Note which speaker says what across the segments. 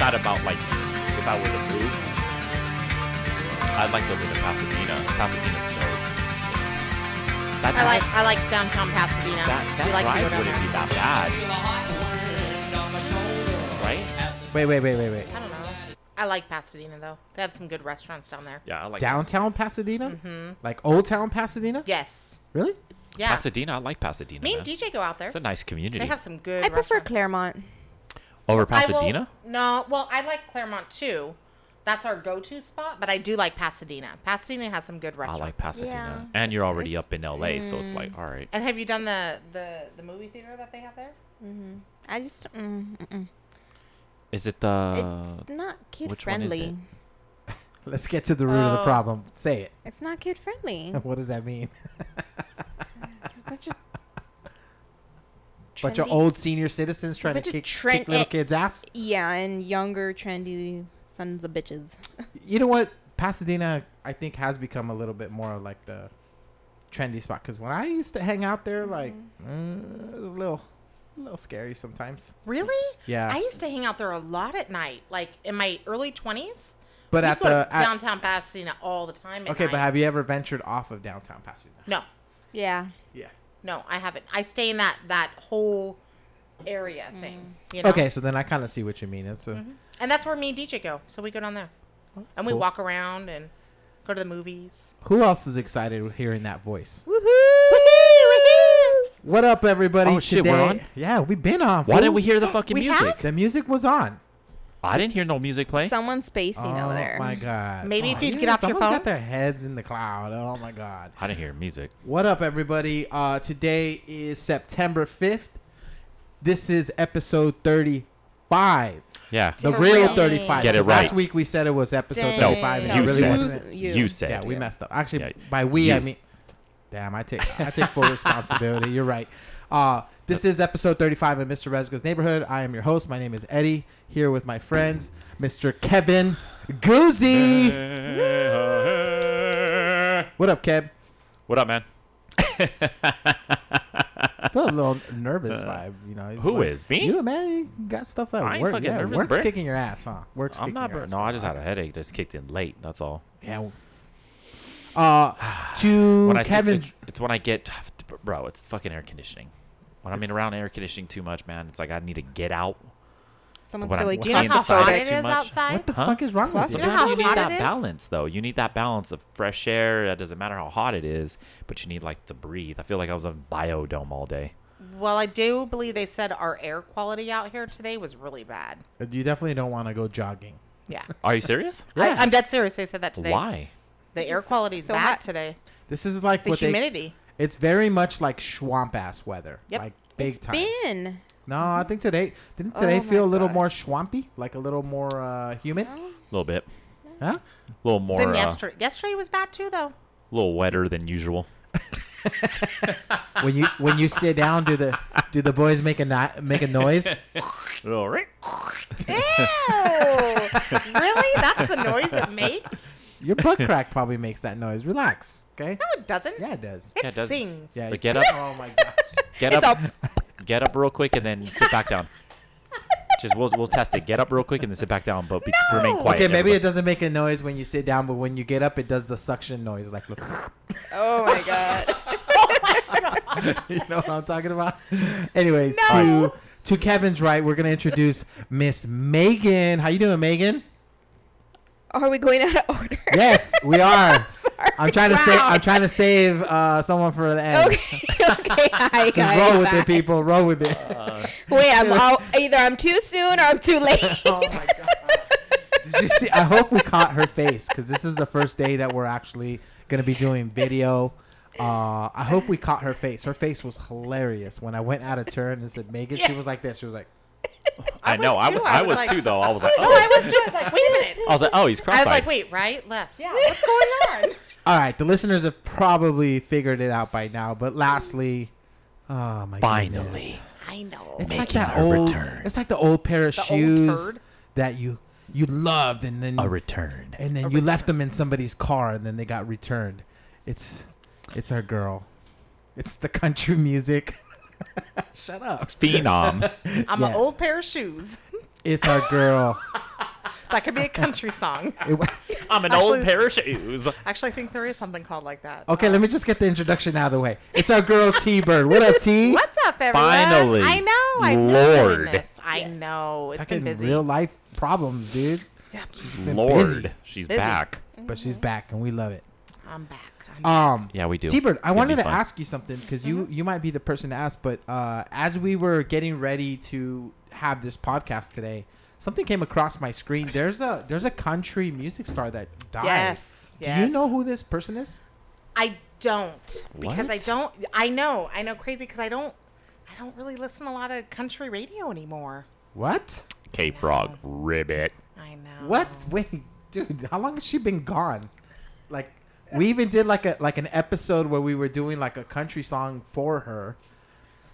Speaker 1: thought about like if I were to move, I'd like to live in Pasadena. Pasadena's no. That
Speaker 2: I like
Speaker 1: drive-
Speaker 2: I like downtown Pasadena.
Speaker 1: that. That
Speaker 2: we like to
Speaker 1: drive
Speaker 2: go down
Speaker 1: wouldn't
Speaker 2: there.
Speaker 1: be that bad, right?
Speaker 3: Wait, wait, wait, wait, wait.
Speaker 2: I don't know. I like Pasadena though. They have some good restaurants down there.
Speaker 1: Yeah, I like
Speaker 3: Downtown Pasadena?
Speaker 2: Mm-hmm.
Speaker 3: Like Old Town Pasadena?
Speaker 2: Yes.
Speaker 3: Really?
Speaker 2: Yeah.
Speaker 1: Pasadena. I like Pasadena.
Speaker 2: Me
Speaker 1: man.
Speaker 2: and DJ go out there.
Speaker 1: It's a nice community.
Speaker 2: They have some good.
Speaker 4: I prefer
Speaker 2: restaurants.
Speaker 4: Claremont.
Speaker 1: Over
Speaker 2: I will-
Speaker 1: Pasadena?
Speaker 2: no, well, I like Claremont too. That's our go-to spot, but I do like Pasadena. Pasadena has some good
Speaker 1: I
Speaker 2: restaurants. mm.
Speaker 1: like Pasadena.
Speaker 4: Yeah.
Speaker 1: And you're already up in LA, so it's like, all right.
Speaker 2: And have you done the the the movie theater that they have there?
Speaker 4: I just mm, mm, mm.
Speaker 1: Is it the
Speaker 4: it's not kid
Speaker 1: Uh, which one is
Speaker 4: friendly.
Speaker 1: it?
Speaker 3: Let's get to the root of the
Speaker 2: Oh.
Speaker 3: problem. Say it.
Speaker 4: It's not kid friendly.
Speaker 3: What does that mean?
Speaker 4: It's a bunch of
Speaker 3: Bunch of
Speaker 4: trendy-
Speaker 3: old senior citizens trying to
Speaker 4: Bunch of
Speaker 3: kick,
Speaker 4: trend-
Speaker 3: kick little
Speaker 4: eh.
Speaker 3: kids' ass.
Speaker 4: Yeah, and younger trendy sons of bitches.
Speaker 3: You know what? Pasadena, I think, has become a little bit more of, like the trendy spot. Because when I used to hang out there, like,
Speaker 2: Mm-hmm.
Speaker 3: mm, it was a little, a little scary sometimes.
Speaker 2: Really?
Speaker 3: Yeah.
Speaker 2: I used to hang out there a lot at night, like in my early twenties.
Speaker 3: but
Speaker 2: We'd
Speaker 3: at
Speaker 2: go
Speaker 3: the
Speaker 2: to
Speaker 3: at-
Speaker 2: downtown Pasadena all the time. At
Speaker 3: okay, but
Speaker 2: night.
Speaker 3: have you ever ventured off of downtown Pasadena?
Speaker 2: no,
Speaker 4: Yeah.
Speaker 3: Yeah.
Speaker 2: no, I haven't. I stay in that that whole area
Speaker 4: Hmm.
Speaker 2: thing. You know?
Speaker 3: Okay, so then I kind of see what you mean. It's a,
Speaker 2: and that's where me and DJ go. So we go down there,
Speaker 3: that's
Speaker 2: Mm-hmm. and we
Speaker 3: cool.
Speaker 2: walk around and go to the movies.
Speaker 3: Who else is excited with hearing that voice?
Speaker 4: Woohoo! Woohoo!
Speaker 3: What up, everybody?
Speaker 1: Oh, shit, we're
Speaker 3: Today-
Speaker 1: on?
Speaker 3: Yeah, we've been on.
Speaker 1: Why didn't
Speaker 3: fool.
Speaker 1: we hear the fucking
Speaker 2: We
Speaker 1: music?
Speaker 2: have?
Speaker 3: The music was on.
Speaker 1: I didn't hear no music play.
Speaker 4: Someone's spacing
Speaker 3: oh
Speaker 4: over there.
Speaker 3: my god!
Speaker 2: Maybe
Speaker 3: oh,
Speaker 2: if you'd get off your
Speaker 3: someone's
Speaker 2: phone.
Speaker 3: got their heads in the cloud. Oh my god!
Speaker 1: I didn't hear music.
Speaker 3: What up, everybody? Uh, today is September fifth. This is episode thirty-five.
Speaker 1: Yeah.
Speaker 3: The
Speaker 2: For
Speaker 3: real
Speaker 2: real?
Speaker 3: thirty-five.
Speaker 1: Get it
Speaker 3: because Last
Speaker 1: right.
Speaker 3: week we said it was episode
Speaker 2: Dang.
Speaker 3: thirty-five.
Speaker 1: you
Speaker 3: and it really
Speaker 1: said.
Speaker 3: wasn't.
Speaker 1: You, said.
Speaker 3: Yeah, we
Speaker 4: Yeah.
Speaker 3: messed up. Actually,
Speaker 1: Yeah,
Speaker 3: by we I
Speaker 1: you.
Speaker 3: mean, damn, I take I take full responsibility. You're right. Uh, this is episode 35 of Mr. Resga's Neighborhood. I am your host. My name is Eddie. Here with my friends, Mr. Kevin Goozy. What up, Kev?
Speaker 1: What up, man?
Speaker 3: Feel a little nervous vibe, you know. He's
Speaker 1: Uh, Who is? Me?
Speaker 3: You man, you got stuff at
Speaker 1: I ain't
Speaker 3: work.
Speaker 1: fucking
Speaker 3: Yeah,
Speaker 1: nervous,
Speaker 3: work's
Speaker 1: bruh.
Speaker 3: kicking your ass, huh? Work's
Speaker 1: I'm
Speaker 3: kicking
Speaker 1: not.
Speaker 3: your
Speaker 1: bur-
Speaker 3: ass.
Speaker 1: no, I just had a headache. Just kicked in late. That's all.
Speaker 3: Yeah. Uh, to
Speaker 1: When I
Speaker 3: Kevin.
Speaker 1: It's, it's when I get, bro. It's fucking air conditioning. When I'm in around air conditioning too much, man, it's like I need to get out.
Speaker 4: Someone's
Speaker 1: What I'm-
Speaker 4: really
Speaker 1: what
Speaker 2: Do you know how hot
Speaker 1: Inside
Speaker 2: it is
Speaker 1: too much.
Speaker 2: outside?
Speaker 3: what the
Speaker 1: Huh?
Speaker 3: fuck is wrong with
Speaker 4: Plus
Speaker 3: you?
Speaker 2: You know how
Speaker 1: you need
Speaker 2: hot
Speaker 1: that
Speaker 2: it is?
Speaker 1: balance though. You need that balance of fresh air. It doesn't matter how hot it is, but you need like to breathe. I feel like I was in biodome all day.
Speaker 2: Well, I do believe they said our air quality out here today was really bad.
Speaker 3: You definitely don't want to go jogging.
Speaker 2: Yeah.
Speaker 1: Are you serious?
Speaker 2: I, I'm dead serious. They said that today.
Speaker 1: Why?
Speaker 2: The air quality is
Speaker 4: so
Speaker 2: bad
Speaker 4: hot.
Speaker 2: today.
Speaker 3: This is like
Speaker 2: The
Speaker 3: what
Speaker 2: humidity.
Speaker 3: They, it's very much like swamp ass weather.
Speaker 2: Yep.
Speaker 3: Like big
Speaker 4: It's
Speaker 3: time.
Speaker 4: been.
Speaker 3: No, I think today didn't today
Speaker 4: Oh
Speaker 3: feel a
Speaker 4: my
Speaker 3: little
Speaker 4: God.
Speaker 3: more swampy, like a little more uh, humid.
Speaker 1: A little bit.
Speaker 4: Mm-hmm.
Speaker 3: Huh?
Speaker 1: A little more.
Speaker 2: Then
Speaker 1: uh,
Speaker 2: yesterday, yesterday was bad too, though.
Speaker 1: a little wetter than usual.
Speaker 3: when you when you sit down, do the do the boys make a ni- make a noise?
Speaker 1: All right.
Speaker 2: Ew! really? That's the noise it makes?
Speaker 3: Your butt crack probably makes that noise. Relax, okay?
Speaker 2: No, it doesn't.
Speaker 3: Yeah, it does.
Speaker 2: It,
Speaker 1: Yeah, it doesn't.
Speaker 2: sings.
Speaker 3: Yeah,
Speaker 1: But
Speaker 3: it-
Speaker 1: get up.
Speaker 3: Oh my gosh.
Speaker 1: Get up. Get up real quick and then sit back down. Just we'll we'll test it. Get up real quick and then sit back down, but be, remain
Speaker 2: No!
Speaker 1: quiet.
Speaker 3: Okay, maybe it
Speaker 1: everybody.
Speaker 3: doesn't make a noise when you sit down, but when you get up, it does the suction noise, like look.
Speaker 4: Oh my god.
Speaker 2: Oh
Speaker 3: you know what I'm talking about? Anyways,
Speaker 2: No.
Speaker 3: to to Kevin's right, we're gonna introduce Miss Megan. How you doing, Megan?
Speaker 4: Are we going out of order?
Speaker 3: Yes, we are. I'm trying to say
Speaker 4: Wow.
Speaker 3: I'm trying to save uh, someone for the end.
Speaker 4: Okay. Okay. Hi
Speaker 3: Just
Speaker 4: guys.
Speaker 3: roll with
Speaker 4: Bye.
Speaker 3: it, people. Roll with it.
Speaker 4: Wait, I'm all, either I'm too soon or I'm too late.
Speaker 3: oh my god! Did you see? I hope we caught her face because this is the first day that we're actually gonna be doing video. Uh, I hope we caught her face. Her face was hilarious when I went out of turn and said Megan. She was like this. She was like,
Speaker 1: I,
Speaker 2: I was
Speaker 1: know. I,
Speaker 2: too.
Speaker 1: w-
Speaker 2: I
Speaker 1: I
Speaker 2: was
Speaker 1: was
Speaker 2: like-
Speaker 1: too though. I was like,
Speaker 2: No, I
Speaker 1: oh.
Speaker 2: was too. I was like, wait a minute.
Speaker 1: I was like, oh, he's
Speaker 2: I
Speaker 1: cross-eyed.
Speaker 2: was like, wait, right, left. Yeah, what's going on?
Speaker 3: All right, the listeners have probably figured it out by now. But lastly, oh my goodness.
Speaker 1: Finally,
Speaker 2: I know.
Speaker 3: it's like
Speaker 1: making
Speaker 3: that
Speaker 1: a
Speaker 3: old.
Speaker 1: return.
Speaker 3: It's like the old pair of
Speaker 2: The old
Speaker 3: shoes
Speaker 2: turd.
Speaker 3: that you you loved, and then
Speaker 1: a return.
Speaker 3: and then you left them in somebody's car, and then they got returned. It's it's our girl. It's the country music. Shut up.
Speaker 1: Phenom.
Speaker 2: I'm
Speaker 3: Yes.
Speaker 2: an old pair of shoes.
Speaker 3: It's our girl.
Speaker 2: That could be a country song.
Speaker 3: It wa-
Speaker 1: I'm an old
Speaker 2: Actually-
Speaker 1: pair of shoes.
Speaker 2: Actually, I think there is something called like that.
Speaker 3: okay, let me just get the introduction out of the way. It's our girl T Bird. What up, T?
Speaker 2: What's up, everyone?
Speaker 1: Finally.
Speaker 2: I know. I miss doing
Speaker 1: Lord.
Speaker 2: this. I know. It's
Speaker 3: Fucking
Speaker 2: been busy.
Speaker 3: real life problems, dude. been
Speaker 1: Lord,
Speaker 3: busy.
Speaker 1: she's
Speaker 2: Busy.
Speaker 1: back.
Speaker 3: But
Speaker 2: Mm-hmm.
Speaker 3: she's back and we love it.
Speaker 2: I'm back. I'm
Speaker 3: Um,
Speaker 1: Yeah, we do.
Speaker 3: T Bird,
Speaker 1: It's
Speaker 3: I
Speaker 1: gonna
Speaker 3: wanted
Speaker 1: be
Speaker 3: to
Speaker 1: fun.
Speaker 3: ask you something because
Speaker 2: Mm-hmm.
Speaker 3: you you might be the person to ask. But uh, as we were getting ready to have this podcast today, something came across my screen. There's a there's a country music star that died.
Speaker 2: Yes.
Speaker 3: Do
Speaker 2: yes.
Speaker 3: you know who this person is?
Speaker 2: I don't because I
Speaker 1: What?
Speaker 2: don't. I know. I know. Crazy because I don't. I don't really listen to a lot of country radio anymore.
Speaker 3: What?
Speaker 1: Cape Frog, ribbit.
Speaker 2: I know.
Speaker 3: What? Wait, dude, how long has she been gone? Like, we even did like a like an episode where we were doing like a country song for her.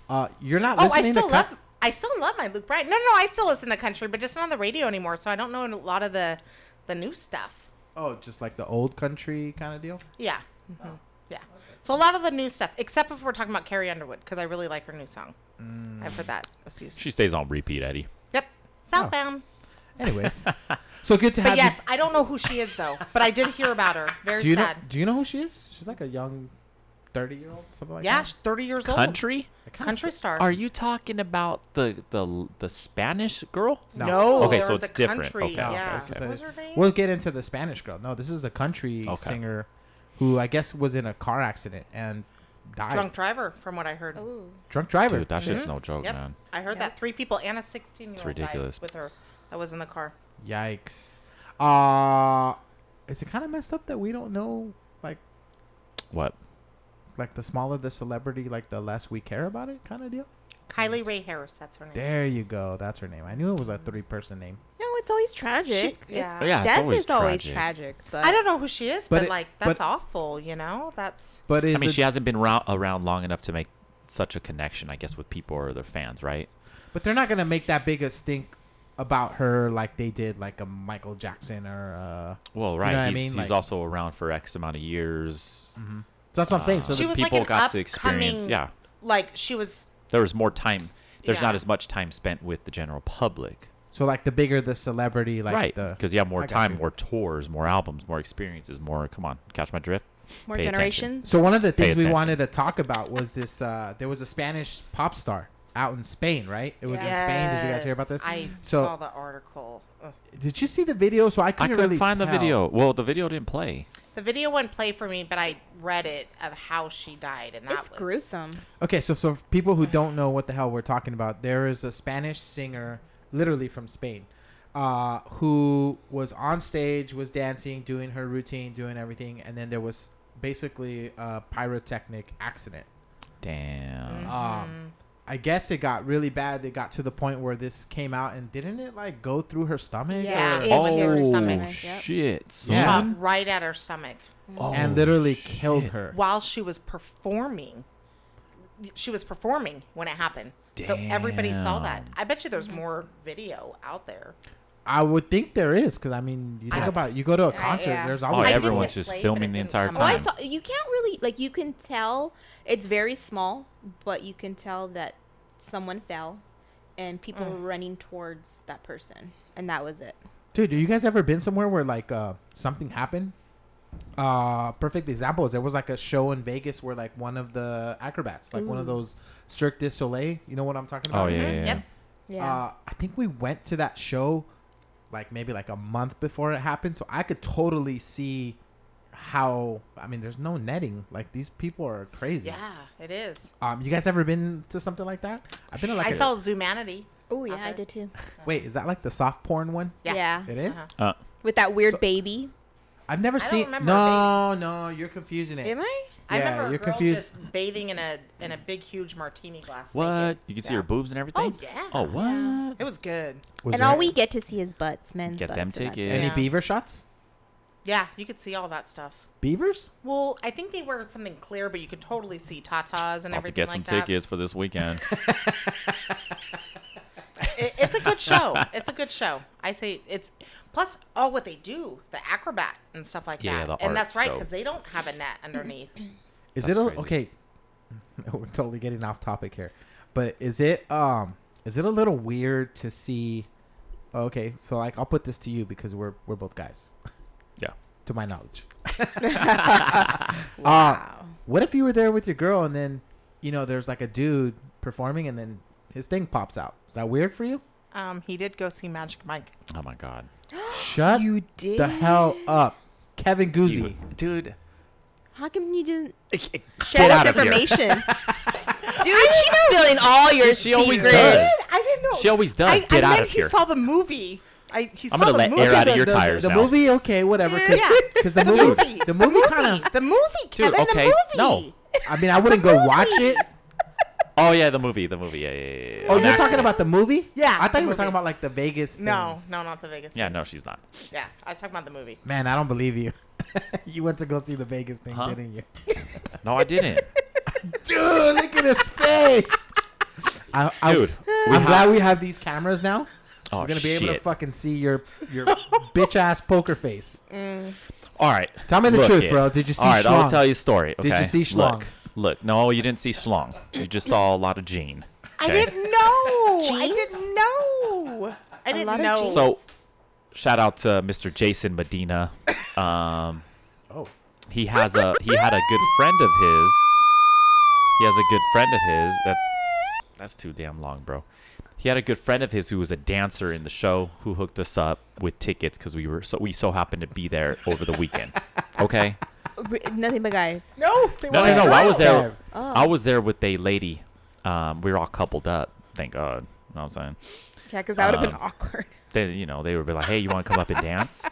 Speaker 3: Uh, you're not
Speaker 2: Oh, I
Speaker 3: listening
Speaker 2: still
Speaker 3: to coun-
Speaker 2: love. I still love my Luke Bryan. No, no, no, I still listen to country, but just not on the radio anymore. So I don't know a lot of the, the new stuff.
Speaker 3: Oh, just like the old country kind of deal.
Speaker 2: Yeah. hmm
Speaker 1: Oh.
Speaker 2: Yeah. So a lot of the new stuff, except if we're talking about Carrie Underwood, because I really like her new song. I've heard that a few.
Speaker 1: Mm. She Oh. stays on repeat, Eddie.
Speaker 2: Yep. Southbound.
Speaker 3: Anyways, so good to
Speaker 2: But
Speaker 3: have you.
Speaker 2: yes, I don't know who she is though. But I did hear about her. Very
Speaker 3: Do you
Speaker 2: sad.
Speaker 3: know? Do you know who she is? She's like a young, thirty year old, something like
Speaker 2: yeah,
Speaker 3: that.
Speaker 2: she's thirty years
Speaker 1: Country?
Speaker 3: Yeah,
Speaker 2: old. Country star.
Speaker 1: Are you talking about the the the Spanish girl?
Speaker 3: No.
Speaker 2: No.
Speaker 1: Okay,
Speaker 2: there
Speaker 1: so
Speaker 2: was
Speaker 1: it's
Speaker 2: a
Speaker 1: different.
Speaker 2: Country.
Speaker 1: Okay, okay,
Speaker 2: Yeah.
Speaker 1: okay.
Speaker 2: What was her name?
Speaker 3: We'll get into the Spanish girl. No, this is a country
Speaker 1: Okay.
Speaker 3: singer, who I guess was in a car accident and died.
Speaker 2: Drunk driver, from what I heard.
Speaker 4: Oh.
Speaker 3: Drunk driver.
Speaker 1: Dude, that
Speaker 3: shit.
Speaker 1: shit's no joke,
Speaker 2: Mm-hmm. Yep.
Speaker 1: man.
Speaker 2: I heard that three people and a sixteen-year-old
Speaker 1: ridiculous.
Speaker 2: died with her. That was in the car.
Speaker 3: Yikes. Uh is it kind of messed up that we don't know like
Speaker 1: What?
Speaker 3: like the smaller the celebrity, like the less we care about it kind of deal?
Speaker 2: Kylie Ray Harris. That's her name.
Speaker 3: There you go. That's her name. I knew it was a
Speaker 2: Mm.
Speaker 3: three person name.
Speaker 4: No, it's always tragic. It-
Speaker 2: yeah.
Speaker 1: Yeah, it's
Speaker 4: Death
Speaker 1: always
Speaker 4: is always
Speaker 1: tragic.
Speaker 4: tragic. But
Speaker 2: I don't know who she is,
Speaker 3: But
Speaker 2: but,
Speaker 3: it-
Speaker 2: like
Speaker 3: but-
Speaker 2: that's awful. You know, that's
Speaker 3: But is
Speaker 1: I mean,
Speaker 3: it,
Speaker 1: she hasn't been rou- around long enough to make such a connection, I guess, with people or their fans, right?
Speaker 3: but they're not going to make that big a stink about her like they did like a Michael Jackson or uh
Speaker 1: Well,
Speaker 3: right,
Speaker 1: right.
Speaker 3: know what I
Speaker 1: he's,
Speaker 3: he's- mean? he's Like-
Speaker 1: also around for X amount of years.
Speaker 3: So that's what I'm saying. So
Speaker 1: So
Speaker 2: Uh, She
Speaker 1: the
Speaker 3: the,
Speaker 2: was like
Speaker 1: people
Speaker 2: an
Speaker 1: got to experience.
Speaker 2: upcoming-
Speaker 1: Yeah,
Speaker 2: like she was
Speaker 1: there was more time. There's
Speaker 2: Yeah.
Speaker 1: not as much time spent with the general public,
Speaker 3: so like the bigger the celebrity like
Speaker 1: right?
Speaker 3: the
Speaker 1: Because you have more
Speaker 3: I got
Speaker 1: time,
Speaker 3: you.
Speaker 1: more tours, more albums, more experiences, more. Come on, catch my drift.
Speaker 4: more
Speaker 1: Pay attention.
Speaker 4: generations.
Speaker 3: So one of the
Speaker 1: Pay
Speaker 3: things we
Speaker 1: attention.
Speaker 3: wanted to talk about was this uh there was a Spanish pop star out in Spain, right? It was in Spain. Did you guys hear about this?
Speaker 2: I
Speaker 3: So-
Speaker 2: saw the article. Ugh.
Speaker 3: Did you see the video? So I
Speaker 1: I
Speaker 3: couldn't,
Speaker 1: couldn't
Speaker 3: really
Speaker 1: find the
Speaker 3: tell.
Speaker 1: video. Well, the video didn't play.
Speaker 2: The video wouldn't play for me, but I read it of how she died, and that
Speaker 4: It's
Speaker 2: was
Speaker 4: gruesome.
Speaker 3: Okay, so so for people who don't know what the hell we're talking about, there is a Spanish singer, literally from Spain, uh, who was on stage, was dancing, doing her routine, doing everything, and then there was basically a pyrotechnic accident.
Speaker 1: Damn.
Speaker 3: Um, I guess it got really bad. It got to the point where this came out, and didn't it like go through her stomach?
Speaker 4: Yeah,
Speaker 3: or-
Speaker 4: it-
Speaker 1: oh
Speaker 4: went through her stomach, yep.
Speaker 1: shit!
Speaker 3: Yeah.
Speaker 1: son.
Speaker 2: shot right at her stomach
Speaker 1: Oh,
Speaker 3: and literally
Speaker 1: shit.
Speaker 3: killed her.
Speaker 2: while she was performing. She was performing when it happened, so everybody saw that.
Speaker 1: Damn.
Speaker 2: I bet you there's
Speaker 3: Mm-hmm.
Speaker 2: more video out there.
Speaker 3: I would think there is, because I mean, you think
Speaker 1: That's-
Speaker 3: about it, you go to a
Speaker 2: Yeah,
Speaker 3: concert,
Speaker 2: yeah.
Speaker 3: there's
Speaker 2: Oh,
Speaker 1: Oh,
Speaker 3: always
Speaker 2: I did
Speaker 1: everyone's
Speaker 2: hit
Speaker 1: just
Speaker 2: play, but
Speaker 1: filming
Speaker 2: it
Speaker 1: the
Speaker 2: didn't
Speaker 1: entire
Speaker 2: come
Speaker 1: time.
Speaker 2: up.
Speaker 4: Well, I saw you can't really like you can tell it's very small, but you can tell that someone fell and people were running towards that person. And that was it.
Speaker 3: Dude, have you guys ever been somewhere where like uh, something happened? Uh, perfect example is there was like a show in Vegas where like one of the acrobats, like one of those Cirque du Soleil, you know what I'm talking about?
Speaker 1: Oh yeah, yeah, yeah.
Speaker 2: Yep.
Speaker 4: Yeah.
Speaker 3: Uh, I think we went to that show like maybe like a month before it happened, so I could totally see how. I mean, there's no netting. Like these people are crazy.
Speaker 2: Yeah, it is.
Speaker 3: Um, you guys ever been to something like that? I've been to like
Speaker 2: I
Speaker 3: a-
Speaker 2: saw Zoomanity.
Speaker 1: Uh,
Speaker 4: oh yeah, I
Speaker 2: okay.
Speaker 4: did too.
Speaker 3: Wait, is that like the soft porn one?
Speaker 2: Yeah.
Speaker 4: Yeah.
Speaker 3: It is?
Speaker 2: Uh-huh.
Speaker 1: Uh,
Speaker 4: With that weird baby.
Speaker 3: I've never
Speaker 2: don't
Speaker 3: seen.
Speaker 2: remember
Speaker 3: No, no, you're confusing it.
Speaker 4: Am I?
Speaker 2: I
Speaker 3: Yeah,
Speaker 2: remember a
Speaker 3: you're
Speaker 2: girl
Speaker 3: confused.
Speaker 2: just bathing in a in a big huge martini glass.
Speaker 1: what?
Speaker 2: naked.
Speaker 1: You can see
Speaker 2: Yeah.
Speaker 1: her boobs and everything.
Speaker 2: yeah.
Speaker 1: Oh what?
Speaker 2: It was good.
Speaker 3: Was
Speaker 4: and
Speaker 3: there
Speaker 4: all we get to see is butts, men's
Speaker 1: Get
Speaker 4: butts.
Speaker 1: them
Speaker 4: and that's it.
Speaker 1: tickets.
Speaker 3: any
Speaker 2: Yeah.
Speaker 3: beaver shots?
Speaker 2: Yeah, you could see all that stuff.
Speaker 3: Beavers?
Speaker 2: Well, I think they wear something clear, but you could totally see tatas and
Speaker 1: About to
Speaker 2: everything
Speaker 1: get some
Speaker 2: like that.
Speaker 1: tickets for this weekend.
Speaker 2: It- it's a good show. It's a good show. I say it's plus all what they do, the acrobat and stuff like
Speaker 1: Yeah,
Speaker 2: that.
Speaker 1: the
Speaker 2: and that's
Speaker 1: arts,
Speaker 2: right
Speaker 1: though.
Speaker 2: because they don't have a net underneath.
Speaker 3: Is
Speaker 1: That's
Speaker 3: it a,
Speaker 1: crazy.
Speaker 3: okay? We're totally getting off topic here, but is it um is it a little weird to see okay, so like I'll put this to you because we're we're both guys.
Speaker 1: Yeah.
Speaker 3: To my knowledge.
Speaker 1: Uh,
Speaker 4: Wow.
Speaker 3: What if you were there with your girl and then, you know, there's like a dude performing and then his thing pops out? Is that weird for you?
Speaker 2: Um, he did go see Magic Mike.
Speaker 1: Oh my god.
Speaker 3: Shut
Speaker 4: you did.
Speaker 3: the hell up, Kevin Goosey.
Speaker 1: You- dude.
Speaker 4: How come you didn't share
Speaker 1: Get
Speaker 4: this
Speaker 1: out of here.
Speaker 4: information? Dude, she's spilling all your
Speaker 1: She
Speaker 4: secrets.
Speaker 1: always does.
Speaker 2: I didn't know.
Speaker 1: She always does.
Speaker 2: I,
Speaker 1: Get
Speaker 2: I
Speaker 1: out
Speaker 2: meant
Speaker 1: of
Speaker 2: he
Speaker 1: here.
Speaker 2: saw the movie. I, he saw
Speaker 1: I'm gonna
Speaker 2: the
Speaker 1: let
Speaker 2: movie.
Speaker 1: air out of
Speaker 3: The-
Speaker 1: your
Speaker 3: the,
Speaker 1: tires
Speaker 3: the
Speaker 1: now.
Speaker 3: movie, okay, whatever. Because
Speaker 2: Yeah.
Speaker 3: the,
Speaker 2: The
Speaker 3: movie,
Speaker 2: movie.
Speaker 3: the movie kind of.
Speaker 2: the movie,
Speaker 1: Dude,
Speaker 2: Kevin,
Speaker 1: okay,
Speaker 2: the
Speaker 1: no.
Speaker 2: movie.
Speaker 3: I mean, I wouldn't go watch it.
Speaker 1: Oh yeah, the movie, the movie. Yeah, yeah, yeah. yeah.
Speaker 3: Oh,
Speaker 1: On
Speaker 3: you're talking
Speaker 1: accident.
Speaker 3: about the movie?
Speaker 2: Yeah,
Speaker 3: I thought
Speaker 2: the
Speaker 3: you were talking
Speaker 2: movie.
Speaker 3: about like the Vegas. Thing.
Speaker 2: No, no, not the Vegas.
Speaker 1: Yeah, no, she's not.
Speaker 2: yeah. I was talking about the movie.
Speaker 3: Man, I don't believe you. you went to go see the Vegas thing,
Speaker 1: Huh?
Speaker 3: didn't you?
Speaker 1: No, I didn't.
Speaker 3: Dude, look at his face. I, I,
Speaker 1: Dude,
Speaker 3: Oh. I'm glad we have these cameras now.
Speaker 1: Oh
Speaker 3: We're gonna be
Speaker 1: shit.
Speaker 3: able to fucking see your your bitch ass poker face.
Speaker 1: All right.
Speaker 3: Tell me the
Speaker 1: Look
Speaker 3: truth,
Speaker 1: it.
Speaker 3: bro. Did you see
Speaker 1: All right, I'll
Speaker 3: Schlong?
Speaker 1: tell you a story. Okay?
Speaker 3: you see Schlong?
Speaker 1: Look, look, no, you didn't see Schlong. You just saw a lot of Gene.
Speaker 2: I
Speaker 1: okay?
Speaker 2: didn't know. I
Speaker 4: Jeans?
Speaker 2: didn't know. I
Speaker 4: lot
Speaker 2: didn't
Speaker 4: of
Speaker 2: know.
Speaker 4: jeans.
Speaker 1: So, shout out to Mr. Jason Medina. Um,
Speaker 3: Oh.
Speaker 1: he has a he had a good friend of his. He has a good friend of his that that's too damn long, bro. He had a good friend of his who was a dancer in the show who hooked us up with tickets because we were so we so happened to be there over the weekend. Okay.
Speaker 4: R- Nothing but guys. Oh.
Speaker 2: no, they
Speaker 1: No,
Speaker 2: weren't
Speaker 1: no, no. I was
Speaker 2: allowed.
Speaker 1: there. I was there with a lady. Um, we were all coupled up. Thank God. You know what I'm saying?
Speaker 4: Yeah, because that would have been
Speaker 1: Um,
Speaker 4: awkward.
Speaker 1: They, you know, they would be like, "Hey, you want to come up and dance?"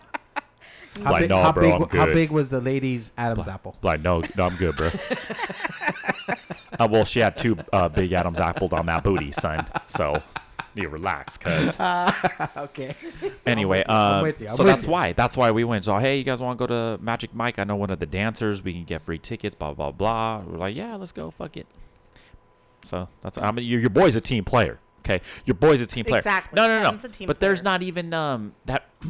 Speaker 3: How,
Speaker 1: Like,
Speaker 3: big,
Speaker 1: "Nah,
Speaker 3: how,
Speaker 1: bro,
Speaker 3: big,
Speaker 1: I'm
Speaker 3: wa- how
Speaker 1: good."
Speaker 3: big was the lady's Adam's apple?
Speaker 1: Like, no, no, I'm good, bro. uh, well, she had two uh, big Adam's apples on that booty, son. So you relax, cuz.
Speaker 3: Okay.
Speaker 1: Anyway, uh,
Speaker 3: with you, I'm
Speaker 1: so
Speaker 3: with
Speaker 1: that's
Speaker 3: you.
Speaker 1: why. That's why we went. So, hey, you guys want to go to Magic Mike? I know one of the dancers. We can get free tickets, blah, blah, blah. We're like, yeah, let's go. Fuck it. So that's, I mean, your, your boy's a team player. Okay. Your boy's a team player.
Speaker 2: Exactly.
Speaker 1: No, no, no.
Speaker 2: Adam's a team
Speaker 1: but there's
Speaker 2: player.
Speaker 1: not even, um, that,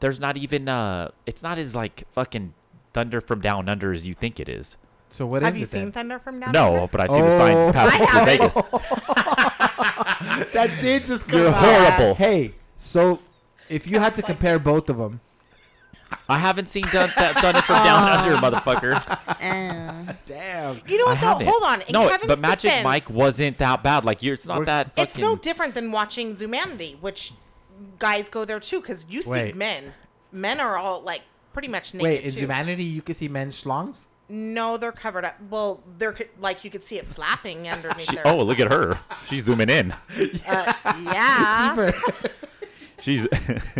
Speaker 1: there's not even, uh, it's not as like fucking thunder from down under as you think it is.
Speaker 3: So what is
Speaker 2: Have you
Speaker 3: it then?
Speaker 2: seen Thunder from Down
Speaker 1: No,
Speaker 2: Under?
Speaker 1: but I've seen the signs
Speaker 3: Oh.
Speaker 1: pass
Speaker 2: I
Speaker 1: for Vegas.
Speaker 3: that did just
Speaker 1: You're
Speaker 3: out.
Speaker 1: horrible.
Speaker 3: Hey, so if you had to compare both of them,
Speaker 1: I haven't seen Dun- that Thunder from Down
Speaker 3: Uh,
Speaker 1: Under, motherfucker.
Speaker 4: Uh,
Speaker 3: damn.
Speaker 2: You know
Speaker 1: I
Speaker 2: what, though?
Speaker 1: haven't.
Speaker 2: Hold on. In
Speaker 1: no,
Speaker 2: Kevin's
Speaker 1: but Magic
Speaker 2: defense,
Speaker 1: Mike wasn't that bad. Like, you're, it's not
Speaker 3: We're-
Speaker 1: that fucking.
Speaker 2: It's no different than watching Zoomanity, which guys go there too, because you see
Speaker 3: Wait.
Speaker 2: men. Men are all like pretty much naked.
Speaker 3: Wait, in
Speaker 2: too.
Speaker 3: humanity you can see men's schlongs?
Speaker 2: No, they're covered up. Well, they're co- like you could see it flapping underneath
Speaker 1: She,
Speaker 2: there.
Speaker 1: oh, look at her. She's zooming in.
Speaker 2: Uh,
Speaker 3: Uh-huh.
Speaker 2: yeah.
Speaker 1: She's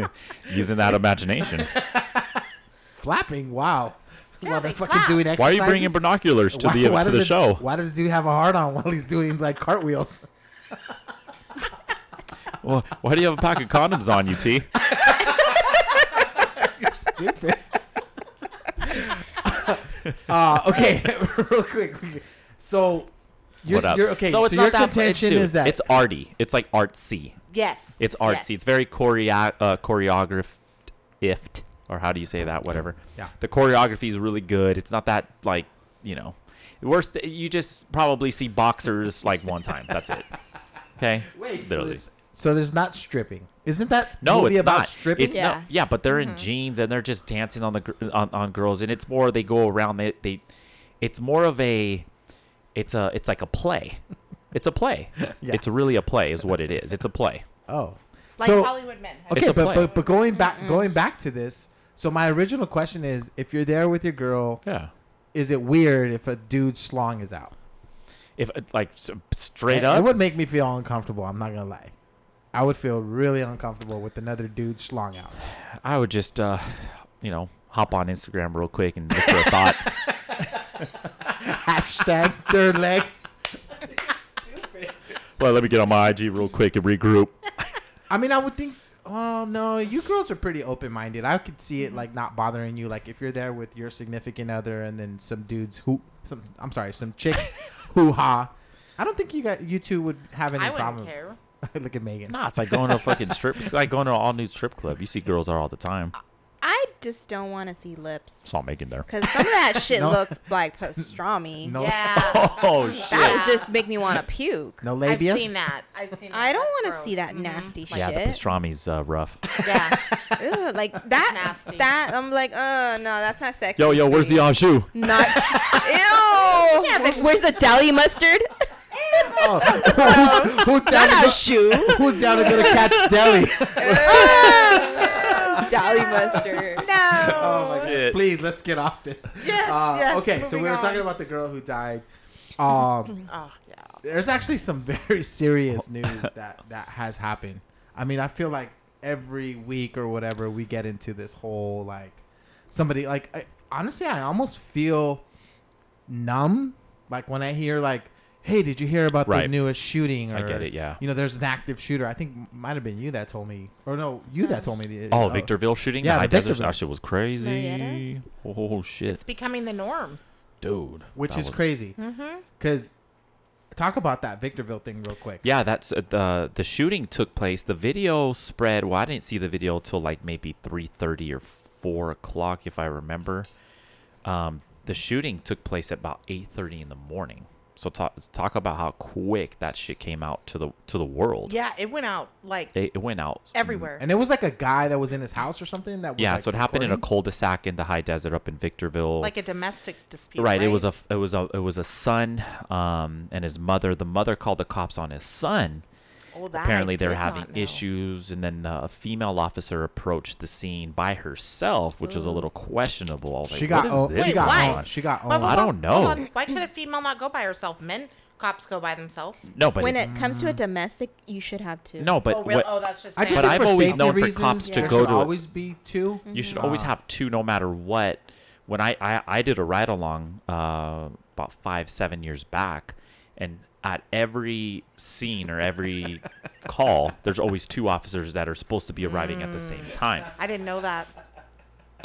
Speaker 1: using that imagination.
Speaker 3: Flapping, wow. While
Speaker 2: they
Speaker 3: they're fucking
Speaker 2: flap.
Speaker 3: doing exercises.
Speaker 1: Why are you bringing binoculars to the to
Speaker 3: does
Speaker 1: the
Speaker 3: it-
Speaker 1: show?
Speaker 3: Why does dude have a hard on while he's doing like cartwheels?
Speaker 1: Why, why do you have a pack of condoms on you, T?
Speaker 3: Stupid. uh, okay, real quick. So you're,
Speaker 1: What up?
Speaker 3: you're okay. So,
Speaker 1: it's
Speaker 3: your
Speaker 1: not that-
Speaker 3: contention
Speaker 1: dude,
Speaker 3: is that
Speaker 1: it's arty. It's like artsy.
Speaker 2: Yes.
Speaker 1: It's artsy.
Speaker 2: yes.
Speaker 1: It's very choreo- uh, choreographed, ift, or how do you say that? Whatever.
Speaker 3: Yeah.
Speaker 1: The choreography is really good. It's not that like you know, worst. You just probably see boxers like one time. That's it. Okay.
Speaker 3: wait. So,
Speaker 1: Literally.
Speaker 3: it's, so there's not stripping. Isn't that
Speaker 1: No,
Speaker 3: movie
Speaker 1: it's
Speaker 3: about
Speaker 1: not.
Speaker 3: stripping?
Speaker 1: It's
Speaker 4: Yeah.
Speaker 1: No, yeah, but they're in jeans and they're just dancing on the gr- on, on girls, and it's more they go around. They, they it's more of a it's a it's like a play. It's a play.
Speaker 3: Yeah.
Speaker 1: It's really a play, is what it is. It's a play.
Speaker 3: oh,
Speaker 2: like
Speaker 3: so
Speaker 2: Hollywood men. have
Speaker 3: okay,
Speaker 1: It's a
Speaker 3: but,
Speaker 1: play.
Speaker 3: but but going back going back to this. So my original question is, if you're there with your girl,
Speaker 1: Yeah.
Speaker 3: is it weird if a dude's schlong is out?
Speaker 1: If uh, like s- straight
Speaker 3: It-
Speaker 1: up,
Speaker 3: It would make me feel uncomfortable. I'm not gonna lie. I would feel really uncomfortable with another dude schlong out.
Speaker 1: I would just, uh, you know, hop on Instagram real quick and look for a thought.
Speaker 3: Hashtag third leg.
Speaker 1: well, let me get on my IG real quick and regroup.
Speaker 3: I mean, I would think. Well, no, you girls are pretty open minded. I could see it
Speaker 2: Mm-hmm.
Speaker 3: like not bothering you. Like if you're there with your significant other, and then some dudes who some I'm sorry, some chicks hoo ha. I don't think you got you two would have any
Speaker 2: I wouldn't
Speaker 3: problems.
Speaker 2: care.
Speaker 3: Look at Megan.
Speaker 1: Nah, it's like going to a fucking strip. It's like going to an all new strip club. You see girls are all the time.
Speaker 4: I just don't want to see lips.
Speaker 1: Salt making there.
Speaker 4: Because some of that shit
Speaker 3: No.
Speaker 4: looks like pastrami.
Speaker 3: No,
Speaker 2: Yeah.
Speaker 1: Oh shit.
Speaker 4: That
Speaker 2: Yeah.
Speaker 4: would just make me want to puke.
Speaker 3: no
Speaker 2: I've
Speaker 3: labias.
Speaker 2: seen that. I've seen that.
Speaker 4: I don't
Speaker 2: That's
Speaker 4: want to see
Speaker 2: gross.
Speaker 4: that
Speaker 2: Mhm.
Speaker 4: nasty
Speaker 1: Yeah, the
Speaker 4: shit.
Speaker 1: pastrami's uh, rough.
Speaker 2: Yeah.
Speaker 4: Ew, like that.
Speaker 2: Nasty.
Speaker 4: That I'm like, oh no, that's not sexy.
Speaker 1: Yo, yo, where's the anjou?
Speaker 4: Not. Ew. where's the deli mustard? Oh.
Speaker 3: Oh, who's, who's down to
Speaker 4: Not a
Speaker 3: go,
Speaker 4: shoe.
Speaker 3: who's down to go to Cat's Deli?
Speaker 2: Oh
Speaker 4: deli mustard. No.
Speaker 3: Oh my gosh.
Speaker 1: Shit.
Speaker 3: Please, let's get off this.
Speaker 2: Yes,
Speaker 3: Uh,
Speaker 2: yes,
Speaker 3: Okay, so
Speaker 2: moving
Speaker 3: we were
Speaker 2: on.
Speaker 3: talking about the girl who died. Um,
Speaker 2: Oh yeah.
Speaker 3: there's actually some very serious news that that has happened. I mean, I feel like every week or whatever we get into this whole like somebody like I, honestly, I almost feel numb like when I hear like, "Hey, did you hear about the
Speaker 1: Right.
Speaker 3: newest shooting?" Or,
Speaker 1: I get it, yeah.
Speaker 3: You know, there's an active shooter. I think m- might have been you that told me, or no, you that told me. The, uh,
Speaker 1: Oh, Victorville shooting.
Speaker 3: Yeah,
Speaker 1: the high
Speaker 3: the
Speaker 1: desert.
Speaker 3: Victorville.
Speaker 1: That shit was crazy.
Speaker 4: Marietta?
Speaker 1: Oh shit,
Speaker 2: It's becoming the norm.
Speaker 1: dude.
Speaker 3: which
Speaker 1: That
Speaker 3: is
Speaker 1: was-
Speaker 3: crazy. Because talk about that Victorville thing real quick.
Speaker 1: Yeah, that's uh, the the shooting took place. The video spread. Well, I didn't see the video till like maybe three thirty or four o'clock, if I remember. Um, the shooting took place at about eight thirty in the morning. So talk talk about how quick that shit came out to the to the world.
Speaker 2: Yeah, it went out like
Speaker 1: it, it went out
Speaker 2: everywhere.
Speaker 3: And it was like a guy that was in his house or something that was
Speaker 1: Yeah,
Speaker 3: like,
Speaker 1: so it happened in a
Speaker 3: recording?
Speaker 1: cul-de-sac in the high desert up in Victorville.
Speaker 2: like a domestic dispute.
Speaker 1: right, it was a it was a it was a son um and his mother. The mother called the cops on his son.
Speaker 2: Oh, that I
Speaker 1: Apparently
Speaker 2: did
Speaker 1: they're
Speaker 2: not
Speaker 1: having
Speaker 2: know.
Speaker 1: issues and then uh, a female officer approached the scene by herself, which was a
Speaker 2: Oh.
Speaker 1: little questionable. I was
Speaker 3: She
Speaker 1: like,
Speaker 3: got
Speaker 1: what is
Speaker 3: owned.
Speaker 1: this
Speaker 3: She got
Speaker 1: going
Speaker 2: Wait,
Speaker 1: on?
Speaker 3: owned. She got owned.
Speaker 2: But-
Speaker 1: I
Speaker 2: but-
Speaker 1: don't
Speaker 2: but hold
Speaker 1: know.
Speaker 2: on, Why could a female not go by herself? Men cops go by themselves.
Speaker 1: No, but
Speaker 4: When
Speaker 1: it-
Speaker 4: it comes to a domestic, you should have two.
Speaker 1: no, but
Speaker 2: oh, really?
Speaker 1: what
Speaker 2: oh, that's just.
Speaker 3: I
Speaker 2: Saying.
Speaker 3: just
Speaker 1: But
Speaker 3: think
Speaker 1: I've
Speaker 3: for
Speaker 1: always
Speaker 3: safety
Speaker 1: known for
Speaker 3: reasons,
Speaker 1: cops to
Speaker 3: there
Speaker 1: go
Speaker 3: should
Speaker 1: to-
Speaker 3: always be two.
Speaker 1: You should always
Speaker 3: Ah.
Speaker 1: have two, no matter what. When I I, I did a ride along uh, about five seven years back, and at every scene or every call, there's always two officers that are supposed to be arriving at the same time.
Speaker 2: I didn't know that.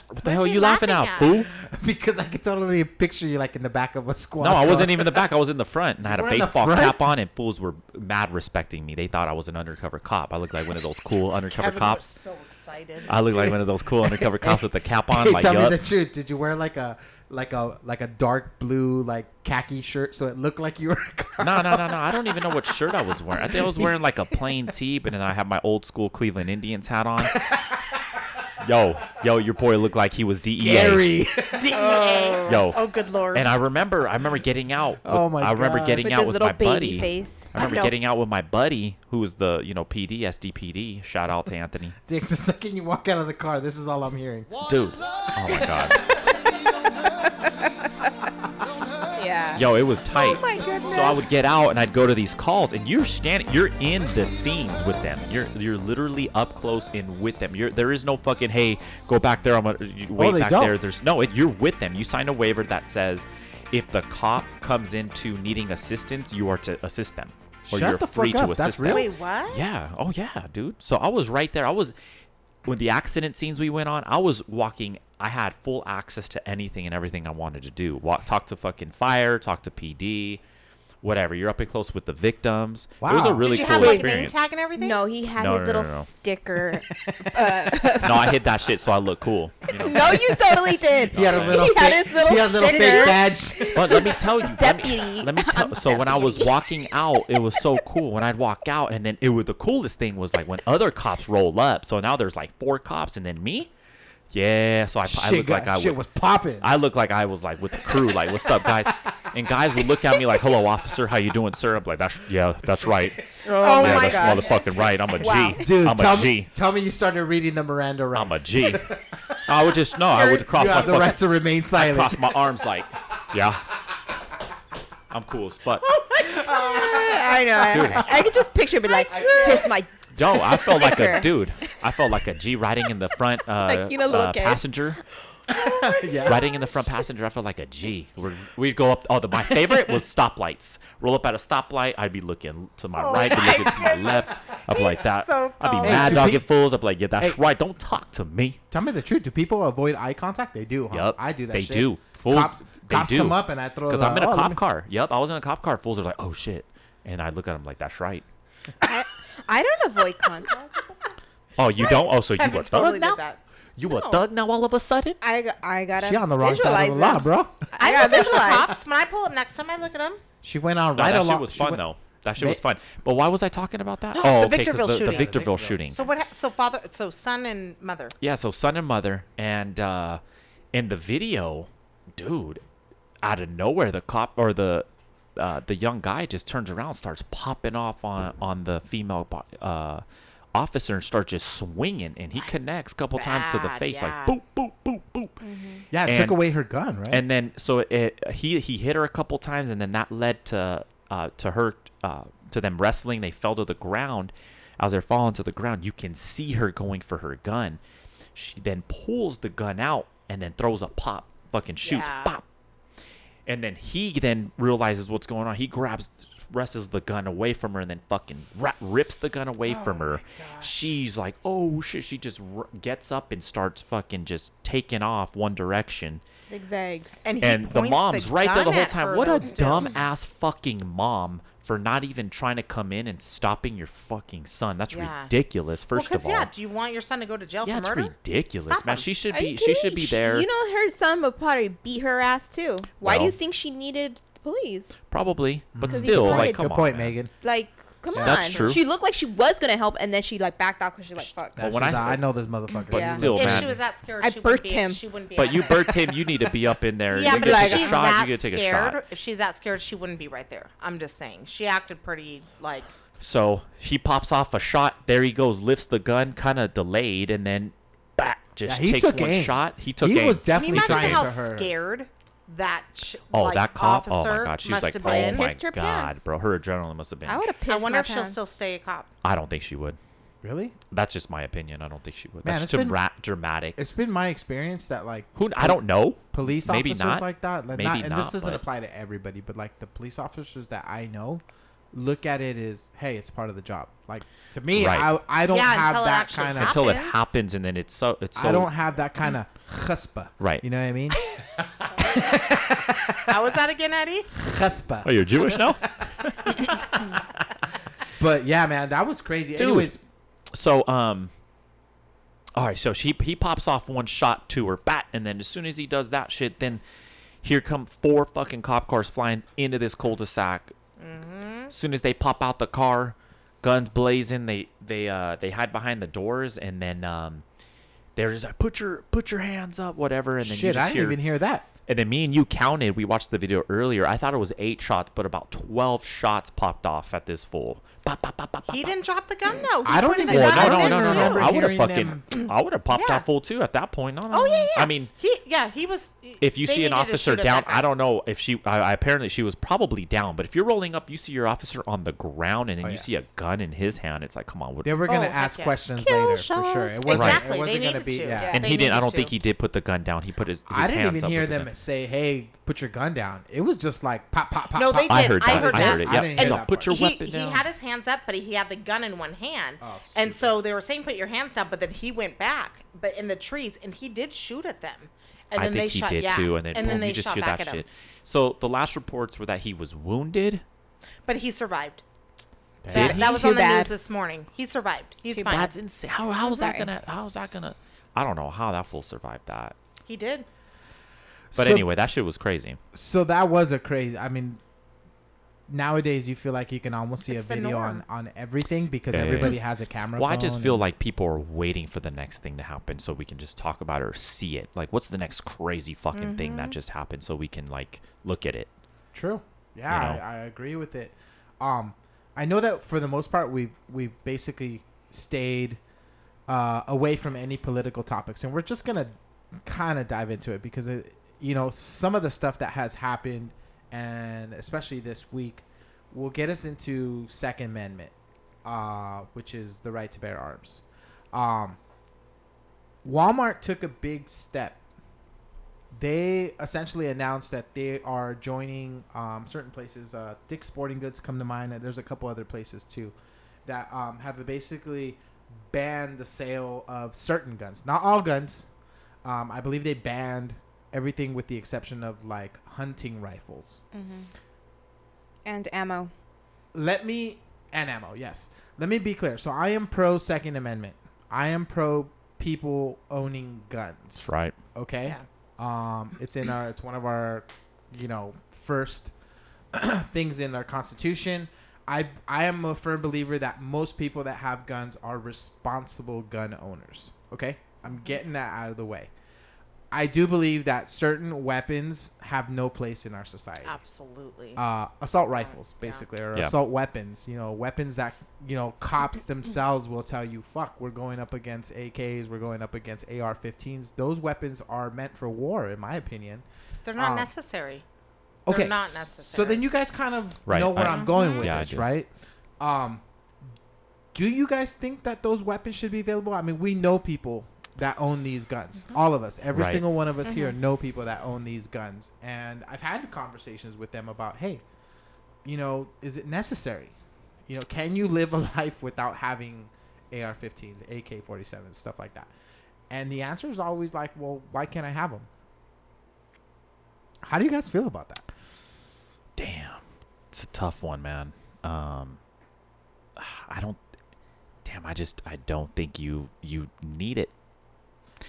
Speaker 1: What
Speaker 2: What
Speaker 1: the
Speaker 2: is
Speaker 1: hell are
Speaker 2: Mm. he
Speaker 1: you laughing
Speaker 2: laughing
Speaker 1: at,
Speaker 2: at?
Speaker 1: fool?
Speaker 4: Mm-hmm.
Speaker 3: because I could totally picture you like in the back of a squad.
Speaker 1: No, I wasn't
Speaker 3: car.
Speaker 1: even in the back. I was in the front, and I had a
Speaker 3: were in the
Speaker 1: baseball
Speaker 3: front?
Speaker 1: cap on, and fools were mad respecting me. They thought I was an undercover cop. I looked like one of those cool undercover
Speaker 2: Kevin was
Speaker 1: cops.
Speaker 2: So excited.
Speaker 1: I looked like one of those cool undercover cops with the cap on.
Speaker 3: Hey,
Speaker 1: like,
Speaker 3: tell
Speaker 1: yup.
Speaker 3: me the truth. Did you wear like a like a like a dark blue like khaki shirt so it looked like you were a cop?
Speaker 1: No, no, no, no. I don't even know what shirt I was wearing. I think I was wearing like a plain tee, but then I had my old school Cleveland Indians hat on. Yo, yo, your boy looked like he was DEA.
Speaker 3: Gary.
Speaker 2: DEA.
Speaker 1: Yo.
Speaker 2: Oh, good lord.
Speaker 1: And I remember, I remember getting out. With,
Speaker 3: Oh my
Speaker 1: I remember
Speaker 3: gosh.
Speaker 1: getting
Speaker 4: With
Speaker 1: out
Speaker 4: his
Speaker 1: with
Speaker 4: little
Speaker 1: my
Speaker 4: baby
Speaker 1: buddy.
Speaker 4: face.
Speaker 1: I remember
Speaker 2: know.
Speaker 1: getting out with my buddy, who was the you know PD, SDPD. Shout out to Anthony,
Speaker 3: Dick, the second you walk out of the car, this is all I'm hearing.
Speaker 1: dude. Oh my god,
Speaker 4: Yeah.
Speaker 1: yo, it was tight.
Speaker 2: oh my goodness.
Speaker 1: So I would get out and I'd go to these calls, and you're standing, you're in the scenes with them. You're you're literally up close and with them. You're there is no fucking hey, go back there. I'm gonna you- wait
Speaker 3: Oh, they
Speaker 1: back
Speaker 3: don't.
Speaker 1: there. There's no, it, you're with them. You sign a waiver that says if the cop comes into needing assistance, you are to assist them, or
Speaker 3: Shut
Speaker 1: you're
Speaker 3: the
Speaker 1: free
Speaker 3: fuck
Speaker 1: to
Speaker 3: up.
Speaker 1: assist
Speaker 3: That's
Speaker 1: them.
Speaker 3: real?
Speaker 2: Wait, what?
Speaker 1: Yeah. Oh yeah, dude. So I was right there. I was when the accident scenes we went on. I was walking. I had full access to anything and everything I wanted to do. Walk, talk to fucking fire. Talk to PD. Whatever. You're up and close with the victims. It was
Speaker 3: Wow.
Speaker 1: a
Speaker 3: Did
Speaker 1: really
Speaker 2: Did you
Speaker 1: cool
Speaker 2: have like
Speaker 1: experience.
Speaker 2: name tag and everything?
Speaker 4: No, he had
Speaker 1: No,
Speaker 4: his
Speaker 1: no, no,
Speaker 4: little
Speaker 1: no.
Speaker 4: sticker.
Speaker 1: no, I hid that shit so I look cool. You know?
Speaker 4: no, you totally did.
Speaker 3: He had a little
Speaker 4: He had
Speaker 3: fake-
Speaker 4: his little
Speaker 3: he had a little
Speaker 4: sticker.
Speaker 3: fake badge.
Speaker 1: But let me tell you, let me-
Speaker 4: Deputy.
Speaker 1: Let me, tell.
Speaker 4: I'm
Speaker 1: So when I was
Speaker 4: deputy.
Speaker 1: walking out, it was so cool. When I'd walk out, and then it was the coolest thing was like when other cops roll up. So now there's like four cops, and then me. Yeah, so I, I
Speaker 3: Shit,
Speaker 1: look
Speaker 3: got,
Speaker 1: like I
Speaker 3: shit
Speaker 1: would,
Speaker 3: was popping.
Speaker 1: I look like I was like with the crew, like what's up, guys? And guys would look at me like, "Hello, officer, how you doing, sir?" I'm like, "That's yeah, that's right.
Speaker 2: Oh
Speaker 1: yeah,
Speaker 2: my
Speaker 1: that's
Speaker 2: god.
Speaker 1: motherfucking right. I'm a G.
Speaker 4: Wow.
Speaker 3: Dude,
Speaker 1: I'm
Speaker 3: tell
Speaker 1: a
Speaker 3: me,
Speaker 1: G.
Speaker 3: tell me you started reading the Miranda rights.
Speaker 1: I'm a G. I would just no, I would cross
Speaker 3: you
Speaker 1: my
Speaker 3: have the
Speaker 1: fucking,
Speaker 3: right to remain silent.
Speaker 1: cross my arms like, yeah, I'm cool as fuck.
Speaker 4: Oh. I know. I, I could just picture it, but like, here's my.
Speaker 1: Yo, I felt like a
Speaker 4: Sticker.
Speaker 1: dude. I felt like a G riding in the front uh,
Speaker 4: Like, you know, little
Speaker 1: uh,
Speaker 4: kid.
Speaker 1: passenger.
Speaker 3: yeah.
Speaker 1: Riding in the front passenger, I felt like a G. We're, we'd go up. Oh, the, my favorite was stoplights. Roll up at a stoplight, I'd be looking to my right, be
Speaker 2: Oh my
Speaker 1: looking to my left. I'd be like that.
Speaker 2: so
Speaker 1: I'd
Speaker 2: tall.
Speaker 1: be
Speaker 2: Hey,
Speaker 1: mad
Speaker 3: do
Speaker 1: dog
Speaker 3: pe-
Speaker 1: at fools. I'd be like, yeah, that's
Speaker 3: Hey.
Speaker 1: right. Don't talk to me.
Speaker 3: Tell me the truth. Do people avoid eye contact? They do. Huh?
Speaker 1: Yep,
Speaker 3: I do that.
Speaker 1: They
Speaker 3: shit.
Speaker 1: do. Fools,
Speaker 3: cops,
Speaker 1: they
Speaker 3: cops
Speaker 1: do.
Speaker 3: come up and I throw.
Speaker 1: Because
Speaker 3: the,
Speaker 1: I'm in a
Speaker 3: "Oh, let
Speaker 1: cop
Speaker 3: me-"
Speaker 1: car. Yep, I was in a cop car. Fools are like, oh shit, and I look at them like, that's right.
Speaker 4: I, I don't avoid contact.
Speaker 1: Oh, you don't. Oh, so you
Speaker 2: Kevin
Speaker 1: a thug
Speaker 2: totally
Speaker 1: now?
Speaker 2: did that.
Speaker 1: You a thug now all of a sudden?
Speaker 4: I got, I got
Speaker 3: She on the wrong side of the law, bro.
Speaker 4: I
Speaker 2: I
Speaker 4: got
Speaker 2: look at the
Speaker 4: visualized.
Speaker 2: cops. When I pull up next time, I look at them.
Speaker 3: She went on
Speaker 1: No,
Speaker 3: right
Speaker 1: that
Speaker 3: along.
Speaker 1: shit was
Speaker 3: she
Speaker 1: fun
Speaker 3: went-
Speaker 1: though. That shit
Speaker 3: Ma-
Speaker 1: was fun. But why was I talking about that? Oh,
Speaker 2: The
Speaker 1: okay, 'cause
Speaker 2: Victorville
Speaker 1: the,
Speaker 2: shooting.
Speaker 1: the Victorville
Speaker 3: Victorville.
Speaker 1: shooting.
Speaker 2: So what? Ha- so father. So son and mother.
Speaker 1: yeah, so son and mother, and uh, in the video, dude, out of nowhere, the cop or the uh, the young guy just turns around, starts popping off on on the female bo- uh, officer, and starts just swinging, and he connects a couple times to the
Speaker 2: bad,
Speaker 1: face,
Speaker 2: yeah. Mm-hmm.
Speaker 1: like boop, boop, boop, boop.
Speaker 3: Yeah, it
Speaker 1: And-
Speaker 3: took away her gun, right?
Speaker 1: And then so it, he he hit her a couple times, and then that led to uh, to her uh, to them wrestling. They fell to the ground. As they're falling to the ground, you can see her going for her gun. She then pulls the gun out and then throws a pop, fucking shoots,
Speaker 2: Yeah.
Speaker 1: pop. And then he then realizes what's going on. He grabs, wrestles the gun away from her, and then fucking ra- rips the gun away from her. She's like, "Oh shit!" She just r- gets up and starts fucking just taking off one direction
Speaker 4: Zigzags.
Speaker 2: And, he
Speaker 1: and the
Speaker 2: points
Speaker 1: mom's right there
Speaker 2: gun
Speaker 1: the whole
Speaker 2: at her,
Speaker 1: time. What
Speaker 2: though,
Speaker 1: a
Speaker 2: still.
Speaker 1: dumb ass fucking mom for not even trying to come in and stopping your fucking son. That's
Speaker 2: Yeah.
Speaker 1: ridiculous. First
Speaker 2: well,
Speaker 1: of all,
Speaker 2: yeah, do you want your son to go to jail
Speaker 1: yeah,
Speaker 2: for
Speaker 1: it's
Speaker 2: murder?
Speaker 1: ridiculous,
Speaker 2: Stop
Speaker 1: man.
Speaker 2: him.
Speaker 1: She should
Speaker 4: Are you
Speaker 1: be she
Speaker 4: kidding
Speaker 1: should
Speaker 4: me?
Speaker 1: be there.
Speaker 4: You know, her son would probably beat her ass too. Why do you
Speaker 1: Well.
Speaker 4: think she needed the police?
Speaker 1: probably, but
Speaker 4: 'Cause he
Speaker 1: still,
Speaker 4: wanted-
Speaker 1: like, come
Speaker 3: Good
Speaker 1: on,
Speaker 3: point,
Speaker 1: man.
Speaker 3: Megan.
Speaker 4: Like, come on.
Speaker 1: That's true.
Speaker 4: She looked like she was gonna help, and then she like backed out because she's like, "Fuck."
Speaker 1: But
Speaker 3: But
Speaker 1: when
Speaker 3: when I,
Speaker 1: I-
Speaker 3: I know this motherfucker.
Speaker 1: But
Speaker 4: Yeah.
Speaker 1: still,
Speaker 2: If
Speaker 1: man.
Speaker 2: she was that scared,
Speaker 4: I
Speaker 2: she wouldn't
Speaker 4: birthed
Speaker 2: be,
Speaker 4: him.
Speaker 2: She wouldn't be
Speaker 1: but
Speaker 2: out
Speaker 1: you
Speaker 2: there.
Speaker 1: birthed him. You need to be up in there.
Speaker 2: Yeah,
Speaker 1: you
Speaker 2: but
Speaker 1: could
Speaker 2: if
Speaker 1: take
Speaker 2: she's
Speaker 1: a shot.
Speaker 2: that
Speaker 1: You could take a
Speaker 2: scared,
Speaker 1: shot.
Speaker 2: if she's that scared, she wouldn't be right there. I'm just saying, she acted pretty like
Speaker 1: So he pops off a shot. There he goes. Lifts the gun, kind of delayed, and then, back, just
Speaker 3: Yeah, he
Speaker 1: takes
Speaker 3: took
Speaker 1: one
Speaker 3: aim.
Speaker 1: shot. He took
Speaker 3: He
Speaker 1: aim.
Speaker 3: was
Speaker 2: Can you
Speaker 3: definitely
Speaker 2: imagine
Speaker 3: trying
Speaker 2: how
Speaker 3: to her.
Speaker 2: scared that ch-
Speaker 1: Oh,
Speaker 2: like,
Speaker 1: that cop! Oh my
Speaker 2: officer
Speaker 1: god, she's
Speaker 2: must
Speaker 1: like,
Speaker 2: have
Speaker 1: oh
Speaker 2: been.
Speaker 1: my
Speaker 4: Pissed her
Speaker 1: god,
Speaker 4: pants.
Speaker 1: bro, her adrenaline must have been.
Speaker 4: I would have
Speaker 2: I
Speaker 4: pissed
Speaker 2: wonder
Speaker 4: my
Speaker 2: if she'll
Speaker 4: pants.
Speaker 2: still stay a cop.
Speaker 1: I don't think she would.
Speaker 3: Really?
Speaker 1: That's just my opinion. I don't think she would.
Speaker 3: Man,
Speaker 1: That's
Speaker 3: it's
Speaker 1: too
Speaker 3: been-
Speaker 1: ra- dramatic.
Speaker 3: It's been my experience that like
Speaker 1: Who I don't know.
Speaker 3: police
Speaker 1: Maybe
Speaker 3: officers
Speaker 1: not.
Speaker 3: like that, like
Speaker 1: Maybe
Speaker 3: not, and
Speaker 1: not,
Speaker 3: this doesn't
Speaker 1: but-
Speaker 3: apply to everybody, but like the police officers that I know look at it as, hey, it's part of the job. Like to me,
Speaker 1: Right.
Speaker 3: I I don't
Speaker 2: Yeah,
Speaker 3: have
Speaker 2: until it
Speaker 3: that
Speaker 2: actually
Speaker 3: kind of
Speaker 2: happens.
Speaker 1: Until it happens, and then it's so it's so.
Speaker 3: I don't have that kind of chuspa.
Speaker 1: Right.
Speaker 3: You know what I mean?
Speaker 2: How was that again, Eddie?
Speaker 3: chuspa.
Speaker 1: oh, you're Jewish now.
Speaker 3: But yeah, man, that was crazy.
Speaker 1: Dude.
Speaker 3: Anyways,
Speaker 1: So um. All right, so she he pops off one shot to her bat, and then as soon as he does that shit, then here come four fucking cop cars flying into this cul-de-sac. As soon as they pop out the car, guns blazing, they they uh they hide behind the doors, and then um. They're just like put your put your hands up, whatever, and then you
Speaker 3: shit,
Speaker 1: just
Speaker 3: I didn't
Speaker 1: hear,
Speaker 3: even hear that.
Speaker 1: And then me and you counted. We watched the video earlier. I thought it was eight shots, but about twelve shots popped off at this fool. Pop, pop, pop, pop, pop,
Speaker 2: He
Speaker 1: pop.
Speaker 2: didn't drop the gun though. He
Speaker 3: I don't
Speaker 2: pointed
Speaker 3: even-
Speaker 2: the
Speaker 1: Well,
Speaker 2: gun
Speaker 1: no,
Speaker 2: at
Speaker 1: no,
Speaker 2: him,
Speaker 1: no, no,
Speaker 2: too.
Speaker 1: no,
Speaker 3: remember
Speaker 1: I would have
Speaker 3: hearing
Speaker 1: fucking, I would have popped
Speaker 2: Yeah.
Speaker 1: off full too at that point. No, no,
Speaker 2: Oh yeah,
Speaker 1: no.
Speaker 2: yeah.
Speaker 1: I mean,
Speaker 2: he yeah he was.
Speaker 1: if you
Speaker 2: they
Speaker 1: see an
Speaker 2: needed to
Speaker 1: officer
Speaker 2: shoot at
Speaker 1: down,
Speaker 2: that guy.
Speaker 1: I don't know if she. I, I apparently she was probably down, but if you're rolling up, you see your officer on the ground, and then
Speaker 3: Oh,
Speaker 1: you
Speaker 3: yeah.
Speaker 1: see a gun in his hand. It's like, come on, what?
Speaker 3: They were
Speaker 2: Oh,
Speaker 3: gonna
Speaker 2: heck
Speaker 3: ask
Speaker 2: yeah.
Speaker 3: questions
Speaker 4: Kill
Speaker 3: later for
Speaker 4: shot.
Speaker 3: sure. It wasn't.
Speaker 2: Exactly,
Speaker 3: It
Speaker 2: they
Speaker 3: wasn't gonna
Speaker 2: needed
Speaker 3: be.
Speaker 2: to,
Speaker 3: Yeah.
Speaker 2: yeah.
Speaker 1: and
Speaker 2: they
Speaker 1: he didn't. I
Speaker 2: needed
Speaker 1: don't think
Speaker 2: to.
Speaker 1: he did put the gun down. He put his. his
Speaker 3: I didn't
Speaker 1: hands
Speaker 3: even
Speaker 1: up
Speaker 3: hear
Speaker 1: with the
Speaker 3: them
Speaker 1: gun.
Speaker 3: say, "Hey, put your gun down." It was just like pop, pop, pop.
Speaker 2: No,
Speaker 3: pop,
Speaker 2: they
Speaker 1: I
Speaker 2: did.
Speaker 1: heard
Speaker 2: I
Speaker 1: that.
Speaker 2: heard
Speaker 1: I heard
Speaker 2: that.
Speaker 1: it.
Speaker 3: I
Speaker 1: Yep.
Speaker 3: didn't
Speaker 1: He's
Speaker 3: hear
Speaker 1: like,
Speaker 3: that
Speaker 1: put your
Speaker 2: he,
Speaker 1: weapon
Speaker 2: he
Speaker 1: down.
Speaker 2: had his hands up, but he had the gun in one hand.
Speaker 3: Oh,
Speaker 2: and so they were saying, "Put your hands down," but then he went back, but in the trees, and he did shoot at them. And
Speaker 1: I
Speaker 2: then
Speaker 1: think
Speaker 2: they
Speaker 1: he
Speaker 2: shot,
Speaker 1: did
Speaker 2: yeah.
Speaker 1: too, and then, boom,
Speaker 2: they
Speaker 1: you just
Speaker 2: shot
Speaker 1: hear
Speaker 2: back
Speaker 1: that
Speaker 2: at him.
Speaker 1: shit. So the last reports were that he was wounded.
Speaker 2: But he survived.
Speaker 1: Did
Speaker 2: That,
Speaker 1: he?
Speaker 2: that was
Speaker 4: Too
Speaker 2: on the
Speaker 4: bad.
Speaker 2: news this morning. He survived. He's
Speaker 4: Too
Speaker 2: fine.
Speaker 1: That's insane. How how's that
Speaker 4: Right.
Speaker 1: gonna how's that gonna? I don't know how that fool survived that.
Speaker 2: He did.
Speaker 1: But
Speaker 3: So-
Speaker 1: anyway, that shit was crazy.
Speaker 3: So that was a crazy. I mean, nowadays you feel like you can almost see
Speaker 2: It's
Speaker 3: a
Speaker 2: the
Speaker 3: video
Speaker 2: norm.
Speaker 3: on on everything because
Speaker 1: Yeah, yeah, yeah.
Speaker 3: everybody has a camera.
Speaker 1: Well, I just
Speaker 3: phone
Speaker 1: feel
Speaker 3: and-
Speaker 1: like people are waiting for the next thing to happen so we can just talk about it or see it. Like, what's the next crazy fucking thing
Speaker 3: Mm-hmm.
Speaker 1: that just happened so we can like look at it?
Speaker 3: true. Yeah,
Speaker 1: know.
Speaker 3: I, I agree with it. Um, I know that for the most part we've we've basically stayed uh, away from any political topics, and we're just gonna kind of dive into it because it, you know some of the stuff that has happened, and especially this week, will get us into Second Amendment, uh, which is the right to bear arms. Um, Walmart took a big step. They essentially announced that they are joining um, certain places. Uh, Dick's Sporting Goods come to mind. and There's a couple other places too that um, have basically banned the sale of certain guns, not all guns. Um, I believe they banned everything with the exception of like hunting rifles.
Speaker 4: and ammo.
Speaker 3: Let me and ammo. Yes, let me be clear. So I am pro Second Amendment. I am pro people owning guns.
Speaker 1: That's right.
Speaker 3: Okay.
Speaker 2: Yeah.
Speaker 3: Um, it's in our. It's one of our, you know, first things in our constitution. I I am a firm believer that most people that have guns are responsible gun owners. Okay, I'm getting that out of the way. I do believe that certain weapons have no place in our society.
Speaker 2: Absolutely.
Speaker 3: Uh, assault rifles,
Speaker 2: Yeah.
Speaker 3: basically, or
Speaker 1: Yeah.
Speaker 3: assault weapons. You know, weapons that you know cops themselves will tell you, "Fuck, we're going up against AKs, we're going up against AR-15s." Those weapons are meant for war, in my opinion.
Speaker 2: They're not
Speaker 3: um,
Speaker 2: necessary. They're
Speaker 3: Okay,
Speaker 2: not
Speaker 3: s- So
Speaker 2: necessary.
Speaker 3: then you guys kind of
Speaker 1: Right,
Speaker 3: know where
Speaker 1: I-
Speaker 3: I, am going with
Speaker 1: Yeah, I
Speaker 3: this,
Speaker 1: do.
Speaker 3: right? Um, do you guys think that those weapons should be available? I mean, we know people that own these guns.
Speaker 2: Mm-hmm.
Speaker 3: All of us, every
Speaker 1: Right.
Speaker 3: single one of us here, know people that own these guns, and I've had conversations with them about, hey, you know, is it necessary? You know, can you live a life without having AR-15s, AK-47s, stuff like that? And the answer is always like, well, why can't I have them? How do you guys feel about that?
Speaker 1: Damn, it's a tough one, man. Um, I don't. Damn, I just I don't think you you need it.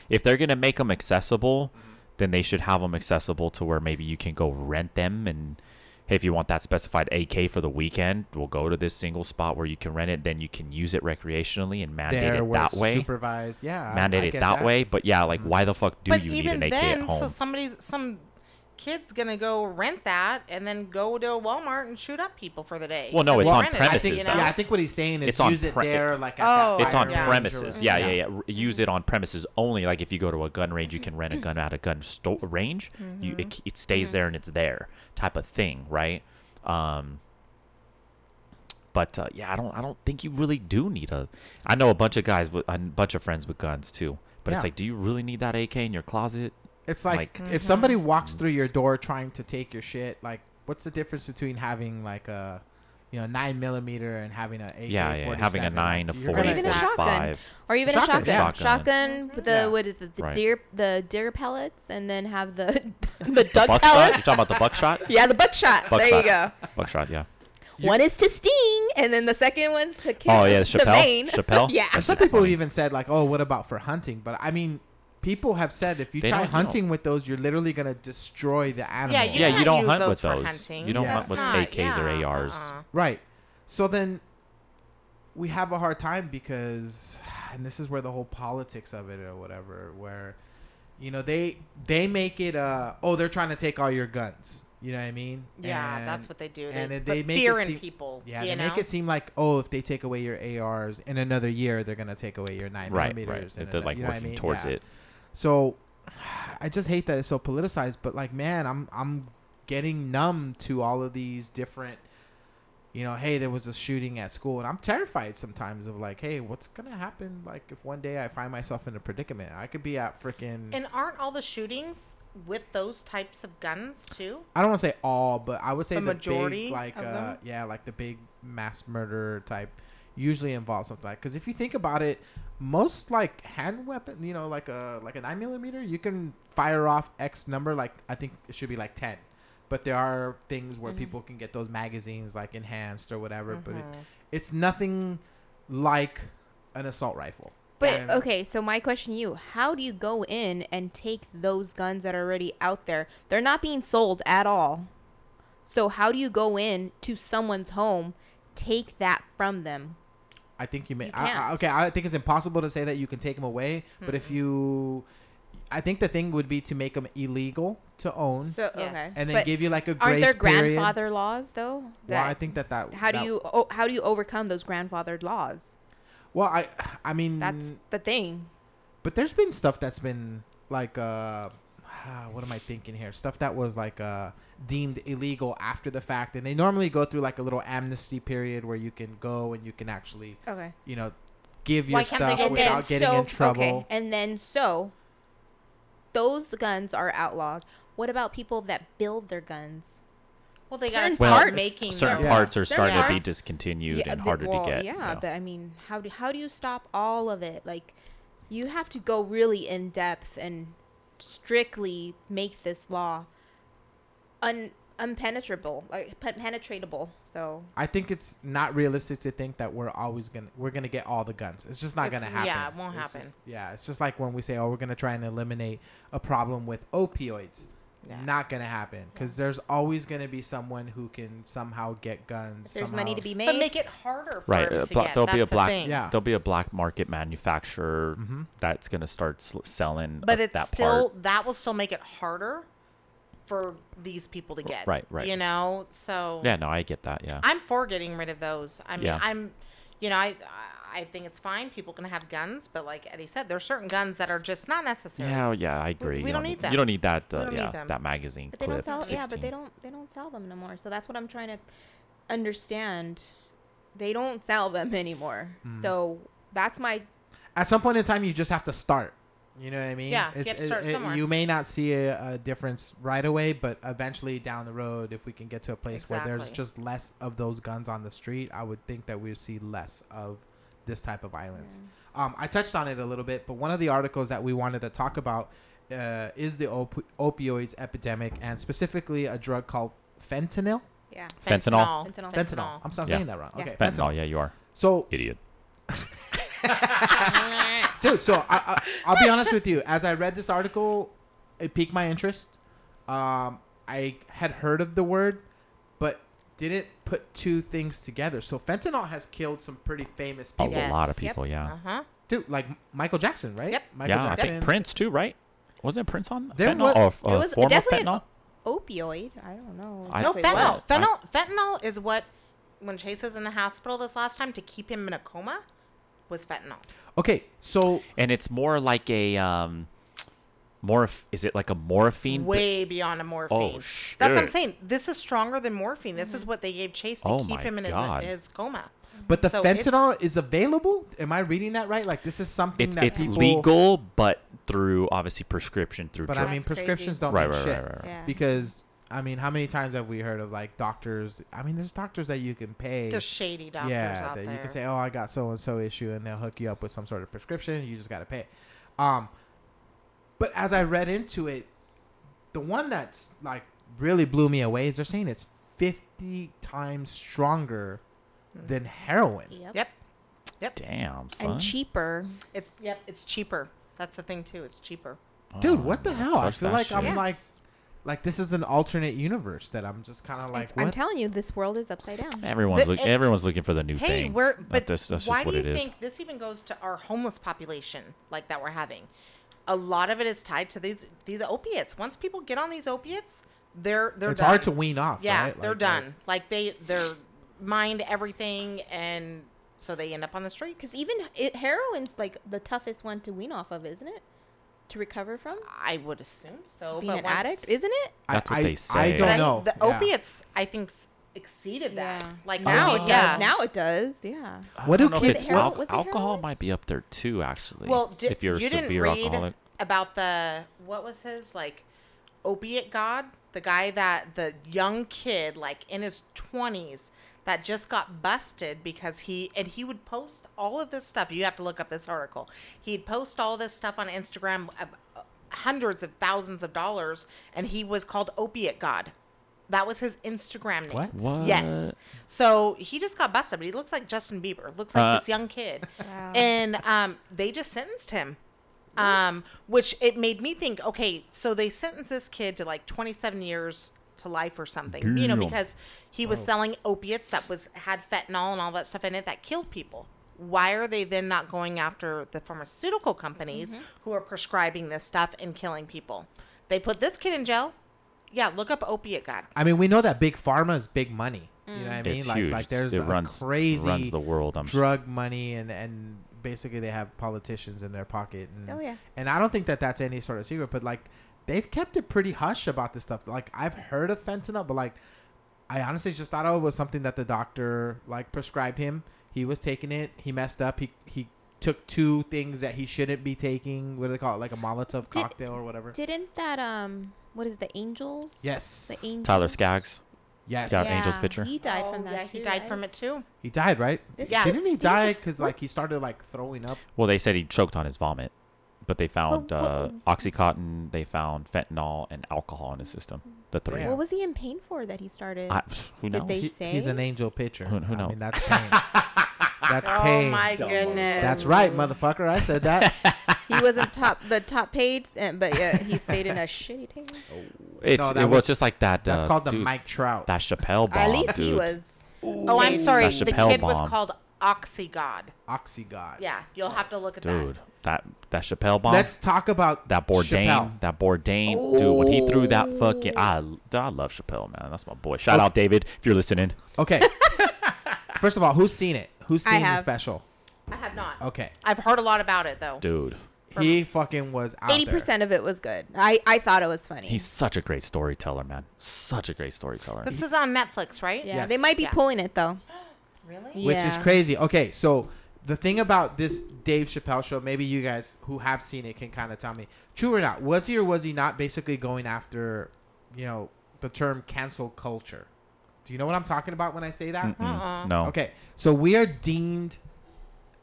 Speaker 1: If they're gonna make them accessible,
Speaker 3: Mm-hmm.
Speaker 1: then they should have them accessible to where maybe you can go rent them and. Hey, if you want that specified AK for the weekend, we'll go to this single spot where you can rent it. Then you can use it recreationally and mandate
Speaker 3: there
Speaker 1: it
Speaker 3: where
Speaker 1: that
Speaker 3: it's
Speaker 1: way.
Speaker 3: Supervised, yeah. I-
Speaker 1: mandate
Speaker 3: I
Speaker 1: it
Speaker 3: get Mm-hmm.
Speaker 1: that, way. But yeah, like why the fuck do
Speaker 2: but
Speaker 1: you
Speaker 2: even
Speaker 1: need an AK
Speaker 2: then,
Speaker 1: at home?
Speaker 2: so somebody's some kid's gonna go rent that and then go to Walmart and shoot up people for the day.
Speaker 1: Well, no, it's
Speaker 2: because he
Speaker 1: on
Speaker 2: rented it,
Speaker 3: I
Speaker 1: premises,
Speaker 3: think,
Speaker 1: though.
Speaker 3: yeah, I think what he's saying is
Speaker 1: It's on
Speaker 3: use it
Speaker 1: pre-
Speaker 3: there, like at
Speaker 2: Oh,
Speaker 3: that
Speaker 1: it's
Speaker 3: fire
Speaker 1: on
Speaker 3: range or-
Speaker 1: premises. Yeah, yeah, yeah. R- Use it on premises only. Like if you go to a gun range, you can rent a gun at a gun sto- range. You it, k- it stays there and it's there, type of thing, right? Um, but uh, yeah, I don't I don't think you really do need a. I know a bunch of guys with a bunch of friends with guns too, but it's
Speaker 3: Yeah.
Speaker 1: like, do you really need that AK in your closet?
Speaker 3: It's like,
Speaker 1: Like-
Speaker 3: if somebody
Speaker 2: Mm-hmm.
Speaker 3: walks through your door trying to take your shit, like, what's the difference between having like a, you know, nine millimeter and having an AK?
Speaker 1: Yeah, yeah. Having a nine, a
Speaker 3: You're
Speaker 1: forty,
Speaker 4: Or
Speaker 3: gonna-
Speaker 4: even a shotgun.
Speaker 1: 45.
Speaker 4: Or even
Speaker 3: Shotgun,
Speaker 4: a shotgun.
Speaker 1: yeah.
Speaker 4: Shotgun,
Speaker 1: Shotgun.
Speaker 2: Mm-hmm.
Speaker 4: with the
Speaker 3: Yeah.
Speaker 4: what is it? The
Speaker 1: Right.
Speaker 4: deer the deer pellets and then have the the duck
Speaker 1: Buckshot? You
Speaker 4: pellets.
Speaker 1: talking about the buckshot?
Speaker 4: Yeah, the buckshot. There you go.
Speaker 1: Buckshot. Buckshot, yeah.
Speaker 4: One is to sting, and then the second one's to kill.
Speaker 1: Oh, yeah,
Speaker 4: to
Speaker 1: Chappelle?
Speaker 4: maim.
Speaker 1: Chappelle?
Speaker 4: yeah.
Speaker 1: That's
Speaker 3: Some
Speaker 1: It's
Speaker 3: people
Speaker 1: funny.
Speaker 3: even said like, "Oh, what about for hunting?" But I mean, people have said if you
Speaker 1: They
Speaker 3: try
Speaker 1: don't know.
Speaker 3: hunting with those, you're literally gonna destroy the animal.
Speaker 2: Yeah, you,
Speaker 1: Yeah,
Speaker 2: can't
Speaker 1: you don't
Speaker 2: use
Speaker 1: hunt
Speaker 2: those
Speaker 1: with
Speaker 2: for
Speaker 1: those.
Speaker 2: hunting.
Speaker 1: You don't
Speaker 3: Yeah.
Speaker 1: hunt with
Speaker 2: That's not-
Speaker 1: AKs or
Speaker 2: yeah,
Speaker 1: ARs.
Speaker 2: uh-uh.
Speaker 3: Right. So then we have a hard time because and this is where the whole politics of it or whatever where you know they they make it uh oh they're trying to take all your guns. You know what I mean?
Speaker 2: Yeah,
Speaker 3: And-
Speaker 2: that's what they do. They,
Speaker 3: and it-
Speaker 2: they
Speaker 3: they make it
Speaker 2: fear in
Speaker 3: seem-
Speaker 2: people.
Speaker 3: yeah,
Speaker 2: you
Speaker 3: they
Speaker 2: know?
Speaker 3: make it seem like oh, if they take away your ARs in another year, they're gonna take away your nine
Speaker 1: Right, right.
Speaker 3: millimeters. in
Speaker 1: They're
Speaker 3: ano-
Speaker 1: like
Speaker 3: you know what I
Speaker 1: working
Speaker 3: mean?
Speaker 1: towards
Speaker 3: Yeah.
Speaker 1: it.
Speaker 3: So I just hate that it's so politicized, but like man, I'm I'm getting numb to all of these different you know, hey, there was a shooting at school and I'm terrified sometimes of like, hey, what's going to happen like if one day I find myself in a predicament? I could be at freaking
Speaker 2: and aren't all the shootings with those types of guns too?
Speaker 3: I don't want to say all, but I would say
Speaker 2: The
Speaker 3: the,
Speaker 2: majority
Speaker 3: big, like
Speaker 2: of
Speaker 3: uh,
Speaker 2: them?
Speaker 3: yeah, like the big mass murder type usually involves something like because if you think about it, most like hand weapon, you know, like a like a nine millimeter, you can fire off X number. Like I think it should be like ten, but there are things
Speaker 2: Mm-hmm.
Speaker 3: where people can get those magazines like enhanced or whatever. But it, it's nothing like an assault rifle.
Speaker 4: But
Speaker 3: And-
Speaker 4: okay, so my question to you: How do you go in and take those guns that are already out there? They're not being sold at all. So how do you go in to someone's home, take that from them?
Speaker 3: I think you may.
Speaker 4: You
Speaker 3: I, I,
Speaker 4: can't.
Speaker 3: okay, I think it's impossible to say that you can take them away, but if you, I think the thing would be to make them illegal to own,
Speaker 4: So
Speaker 2: Yes.
Speaker 4: okay,
Speaker 3: and then
Speaker 4: but
Speaker 3: give you like a grace
Speaker 4: aren't there
Speaker 3: period.
Speaker 4: grandfather laws though?
Speaker 3: Well, I
Speaker 4: that-
Speaker 3: think that that.
Speaker 4: how do
Speaker 3: that-
Speaker 4: you oh, how do you overcome those grandfathered laws?
Speaker 3: Well, I, I mean,
Speaker 4: That's the thing.
Speaker 3: but there's been stuff that's been like, uh, ah, what am I thinking here? Stuff that was like uh, deemed illegal after the fact, and they normally go through like a little amnesty period where you can go and you can actually,
Speaker 4: Okay.
Speaker 3: you know, give your
Speaker 2: Why can't they
Speaker 3: stuff
Speaker 2: go in?
Speaker 3: without getting in trouble.
Speaker 4: and then so those guns are outlawed. What about people that build their guns?
Speaker 2: Well, they got to
Speaker 4: Certain
Speaker 2: start
Speaker 4: parts.
Speaker 2: making
Speaker 1: certain
Speaker 2: those.
Speaker 3: Yeah.
Speaker 1: parts are
Speaker 4: Certain
Speaker 1: starting to be
Speaker 4: parts-
Speaker 1: discontinued and
Speaker 4: th-
Speaker 1: harder
Speaker 4: well,
Speaker 1: to get.
Speaker 4: Yeah,
Speaker 1: you know.
Speaker 4: but I mean, how do how do you stop all of it? Like, you have to go really in depth and strictly make this law un impenetrable, like pe- penetratable. So
Speaker 3: I think it's not realistic to think that we're always gonna we're gonna get all the guns. It's just not
Speaker 2: It's-
Speaker 3: gonna happen.
Speaker 2: yeah, it won't
Speaker 3: It's
Speaker 2: happen.
Speaker 3: just- yeah, it's just like when we say, "Oh, we're gonna try and eliminate a problem with opioids."
Speaker 2: Yeah.
Speaker 3: Not gonna happen because there's always gonna be someone who can somehow get guns.
Speaker 4: there's money
Speaker 3: somehow.
Speaker 4: to be
Speaker 2: But
Speaker 4: made.
Speaker 2: make it harder for
Speaker 1: Right,
Speaker 2: him
Speaker 1: uh,
Speaker 2: to
Speaker 1: bla-
Speaker 2: get.
Speaker 1: there'll
Speaker 2: That's
Speaker 1: be a
Speaker 2: the
Speaker 1: black-
Speaker 2: thing.
Speaker 3: Yeah. Mm-hmm.
Speaker 1: There'll be a black market manufacturer that's gonna start sl- selling.
Speaker 2: But
Speaker 1: uh,
Speaker 2: it's
Speaker 1: that
Speaker 2: still
Speaker 1: part.
Speaker 2: that will still make it harder for these people to get.
Speaker 1: right, right.
Speaker 2: You know, so
Speaker 1: Yeah, no, I get that. Yeah,
Speaker 2: I'm for getting rid of those. I mean,
Speaker 1: Yeah.
Speaker 2: I'm, you know, I I think it's fine. People can have guns, but like Eddie said, there's certain guns that are just not necessary.
Speaker 1: yeah, oh, yeah, I agree.
Speaker 2: we
Speaker 1: you
Speaker 2: don't need
Speaker 1: You
Speaker 2: them.
Speaker 1: don't need that.
Speaker 2: We
Speaker 1: Uh,
Speaker 2: don't need
Speaker 1: yeah,
Speaker 2: them.
Speaker 1: that magazine
Speaker 4: but they
Speaker 1: clip.
Speaker 4: don't sell. Yeah, but
Speaker 1: 16.
Speaker 4: they don't. They don't sell them no more. So that's what I'm trying to understand. They don't sell them anymore.
Speaker 1: Mm.
Speaker 4: So that's my
Speaker 3: At some point in time, you just have to start. You know what I mean?
Speaker 2: Yeah, you have to start somewhere.
Speaker 3: You may not see a, a difference right away, but eventually down the road, if we can get to a place where there's
Speaker 2: Exactly.
Speaker 3: just less of those guns on the street, I would think that we would see less of this type of violence.
Speaker 2: Mm.
Speaker 3: Um, I touched on it a little bit, but one of the articles that we wanted to talk about uh, is the op- opioids epidemic and specifically a drug called fentanyl.
Speaker 4: yeah.
Speaker 1: Fentanyl.
Speaker 4: Fentanyl.
Speaker 3: Fentanyl. I'm, i
Speaker 1: Yeah.
Speaker 3: saying that wrong.
Speaker 4: Yeah.
Speaker 3: Okay,
Speaker 1: Fentanyl. Yeah, you are
Speaker 3: So
Speaker 1: idiot.
Speaker 3: dude. So I, I, I'll be honest with you. As I read this article, it piqued my interest. Um, I had heard of the word, but didn't put two things together. So fentanyl has killed some pretty famous
Speaker 1: A
Speaker 3: people,
Speaker 2: Yes.
Speaker 1: lot of
Speaker 2: Yep.
Speaker 1: people. Yeah,
Speaker 2: Uh huh.
Speaker 3: dude, like Michael Jackson, right?
Speaker 2: Yep.
Speaker 3: Michael
Speaker 1: yeah. I
Speaker 3: Jackson.
Speaker 1: think Prince too, right? Wasn't Prince on
Speaker 3: There
Speaker 1: fentanyl
Speaker 3: was-
Speaker 1: or f-
Speaker 4: It
Speaker 1: a
Speaker 4: was
Speaker 1: form of
Speaker 4: definitely an
Speaker 1: fentanyl?
Speaker 4: Opioid. I don't know.
Speaker 1: I-
Speaker 2: No
Speaker 4: exactly what.
Speaker 2: fentanyl.
Speaker 1: I-
Speaker 2: Fentanyl. Fentanyl is what when Chase was in the hospital this last time to keep him in a coma was fentanyl.
Speaker 3: Okay, so
Speaker 1: and it's more like a um, morph. Is it like a morphine? Oh,
Speaker 2: Way beyond a morphine. That's what I'm
Speaker 1: shit.
Speaker 2: saying. This is stronger than morphine. This
Speaker 3: Mm-hmm.
Speaker 2: is what they gave Chase to
Speaker 1: Oh
Speaker 2: keep
Speaker 1: my
Speaker 2: him in
Speaker 1: God.
Speaker 2: his, his coma.
Speaker 3: but the
Speaker 2: So it's-
Speaker 3: fentanyl is available. Am I reading that right? Like this is something
Speaker 1: It's
Speaker 3: that
Speaker 1: it's
Speaker 3: people-
Speaker 1: legal, but through obviously prescription through.
Speaker 3: But
Speaker 1: drug-
Speaker 3: I mean,
Speaker 4: That's crazy.
Speaker 3: prescriptions don't
Speaker 1: right,
Speaker 3: mean
Speaker 1: right,
Speaker 3: shit.
Speaker 1: right, right, right.
Speaker 4: Yeah.
Speaker 3: Because I mean, how many times have we heard of like doctors? I mean, there's doctors that you can pay.
Speaker 2: There's shady doctors out
Speaker 3: that
Speaker 2: there.
Speaker 3: you can say, "Oh, I got so and so issue," and they'll hook you up with some sort of prescription. You just got to pay. Um, but as I read into it, the one that's like really blew me away is they're saying it's fifty times stronger
Speaker 2: Hmm.
Speaker 3: than heroin.
Speaker 4: Yep.
Speaker 2: Yep.
Speaker 1: Damn, son.
Speaker 4: And cheaper.
Speaker 2: It's yep. It's cheaper. That's the thing too. It's cheaper.
Speaker 3: Dude, what the
Speaker 1: Oh,
Speaker 3: hell? I
Speaker 1: touch
Speaker 3: feel
Speaker 1: that
Speaker 3: like I'm
Speaker 1: shit.
Speaker 3: like, like this is an alternate universe that I'm just kind of like,
Speaker 4: It's- I'm
Speaker 3: what?
Speaker 4: telling you, this world is upside down.
Speaker 1: Everyone's
Speaker 2: The-
Speaker 1: look,
Speaker 2: it-
Speaker 1: everyone's looking for the new
Speaker 2: Hey,
Speaker 1: thing.
Speaker 2: we're
Speaker 1: That
Speaker 2: but
Speaker 1: this- that's
Speaker 2: why
Speaker 1: just what
Speaker 2: do you
Speaker 1: it is.
Speaker 2: think this even goes to our homeless population like that we're having? A lot of it is tied to these these opiates. Once people get on these opiates, they're they're
Speaker 3: It's
Speaker 2: done.
Speaker 3: hard to wean off.
Speaker 2: Yeah,
Speaker 3: right?
Speaker 2: they're
Speaker 3: Like, like-
Speaker 2: done. Like, they their mind everything, and so they end up on the street.
Speaker 4: Because even it, heroin's like the toughest one to wean off of, isn't it? To recover from
Speaker 2: I would assume so.
Speaker 4: being
Speaker 2: but
Speaker 4: an
Speaker 2: once-
Speaker 4: addict, isn't it?
Speaker 1: That's what
Speaker 3: I,
Speaker 1: they
Speaker 3: I
Speaker 1: say.
Speaker 3: don't
Speaker 2: But I-
Speaker 3: know.
Speaker 2: the
Speaker 3: Yeah.
Speaker 2: opiates, I think, s- exceeded that.
Speaker 4: Yeah.
Speaker 2: Like now,
Speaker 4: Now it does.
Speaker 2: Oh, yeah.
Speaker 4: Now it does. Yeah.
Speaker 1: I
Speaker 3: What
Speaker 1: don't
Speaker 3: do
Speaker 1: know if
Speaker 3: kids-
Speaker 1: it's
Speaker 4: Was it
Speaker 1: al-
Speaker 4: heroin? Was it
Speaker 1: alcohol
Speaker 4: heroin?
Speaker 1: might be up there too, actually.
Speaker 2: Well, di-
Speaker 1: if you're a
Speaker 2: you didn't
Speaker 1: severe
Speaker 2: read
Speaker 1: alcoholic,
Speaker 2: about the what was his like opiate god, the guy that the young kid like in his 20s that just got busted because he and he would post all of this stuff. You have to look up this article. He'd post all this stuff on Instagram of uh, hundreds of thousands of dollars and he was called opiate god. That was his Instagram name.
Speaker 3: What?
Speaker 1: What?
Speaker 2: Yes. So he just got busted, but he looks like Justin Bieber. Looks like
Speaker 1: Uh,
Speaker 2: this young kid.
Speaker 4: Wow.
Speaker 2: And um, they just sentenced him. Um, which it made me think, okay, so they sentenced this kid to like 27 years to life or something, you know,
Speaker 1: Damn.
Speaker 2: because he was selling opiates that was had fentanyl and all that stuff in it that killed people. Why are they then not going after the pharmaceutical companies who are prescribing this stuff and killing people? They put this kid in jail. Yeah, look up opiate god.
Speaker 3: I mean, we know that big pharma is big money. You know what I mean?
Speaker 1: Mm. it's
Speaker 3: like,
Speaker 1: huge.
Speaker 3: like there's
Speaker 1: it
Speaker 3: a
Speaker 1: runs
Speaker 3: crazy
Speaker 1: runs the world. I'm sure.
Speaker 3: drug money, and and basically they have politicians in their pocket. And,
Speaker 4: Oh, yeah.
Speaker 3: And I don't think that that's any sort of secret, but like they've kept it pretty hush about this stuff. Like I've heard of fentanyl, but like I honestly just thought oh, it was something that the doctor like prescribed him. He was taking it. He messed up. He he took two things that he shouldn't be taking. What do they call it? Like a Molotov
Speaker 4: Did-
Speaker 3: cocktail or whatever.
Speaker 4: Didn't that um? What is it, the angels?
Speaker 3: yes.
Speaker 4: The angels.
Speaker 1: Tyler Skaggs.
Speaker 3: Yes.
Speaker 1: got Yeah. Angel's picture.
Speaker 4: He died from
Speaker 2: Oh,
Speaker 4: that.
Speaker 2: yeah,
Speaker 4: too,
Speaker 2: he died
Speaker 4: right?
Speaker 2: from it too.
Speaker 3: He died, right?
Speaker 4: This-
Speaker 2: Yeah.
Speaker 3: Didn't he
Speaker 4: Steve-
Speaker 3: die because like he started like throwing up?
Speaker 1: Well, they said he choked on his vomit, but they found
Speaker 4: But
Speaker 1: uh,
Speaker 4: what-
Speaker 1: oxycontin, they found fentanyl, and alcohol in his system. The three.
Speaker 3: Yeah.
Speaker 4: What was he in pain for that he started?
Speaker 1: I, who
Speaker 4: Did
Speaker 1: knows?
Speaker 4: they-
Speaker 3: He-
Speaker 4: say?
Speaker 3: he's an angel pitcher.
Speaker 1: Who- who
Speaker 3: I
Speaker 1: knows?
Speaker 3: mean, that's pain. that's
Speaker 2: Oh
Speaker 3: pain.
Speaker 2: my
Speaker 1: Dumb.
Speaker 2: goodness.
Speaker 3: That's right, motherfucker. I said that.
Speaker 4: he wasn't top the top paid, and, but yeah, he stayed in a shitty team.
Speaker 1: It's,
Speaker 3: No, that
Speaker 1: it was,
Speaker 3: was-
Speaker 1: just like that.
Speaker 3: That's
Speaker 1: uh,
Speaker 3: called the
Speaker 1: dude,
Speaker 3: Mike Trout.
Speaker 1: That Chappelle bomb.
Speaker 4: Or at least he
Speaker 1: dude.
Speaker 4: was.
Speaker 2: Oh, I'm sorry.
Speaker 1: That
Speaker 2: The
Speaker 1: Chappelle
Speaker 2: kid was
Speaker 1: bomb.
Speaker 2: called Oxygod.
Speaker 3: Oxy God.
Speaker 2: Yeah, you'll have to look at
Speaker 1: Dude,
Speaker 2: that.
Speaker 1: that that Chappelle bomb.
Speaker 3: Let's talk about
Speaker 1: that Bourdain.
Speaker 3: Chappelle.
Speaker 1: That Bourdain. Dude, when he threw that fucking. I, dude, I love Chappelle, man. That's my boy. Shout
Speaker 3: Oh.
Speaker 1: out, David, if you're listening.
Speaker 3: Okay. First of all, who's seen it? Who's
Speaker 4: I
Speaker 3: seen the
Speaker 4: have.
Speaker 3: special?
Speaker 2: I have not.
Speaker 3: Okay.
Speaker 2: I've heard a lot about it though.
Speaker 1: Dude,
Speaker 3: He fucking was out
Speaker 4: Eighty percent of it was good. I I thought it was funny.
Speaker 1: he's such a great storyteller, man. Such a great storyteller.
Speaker 2: This is on Netflix, right?
Speaker 4: yeah,
Speaker 3: Yes.
Speaker 4: they might be
Speaker 2: Yeah.
Speaker 4: pulling it though.
Speaker 2: Really?
Speaker 3: there, which is
Speaker 4: Yeah.
Speaker 3: crazy. Okay, so the thing about this Dave Chappelle show, maybe you guys who have seen it can kind of tell me, true or not, was he or was he not basically going after, you know, the term cancel culture? Do you know what I'm talking about when I say that?
Speaker 1: Mm.
Speaker 2: Uh-uh.
Speaker 1: no.
Speaker 3: Okay, so we are deemed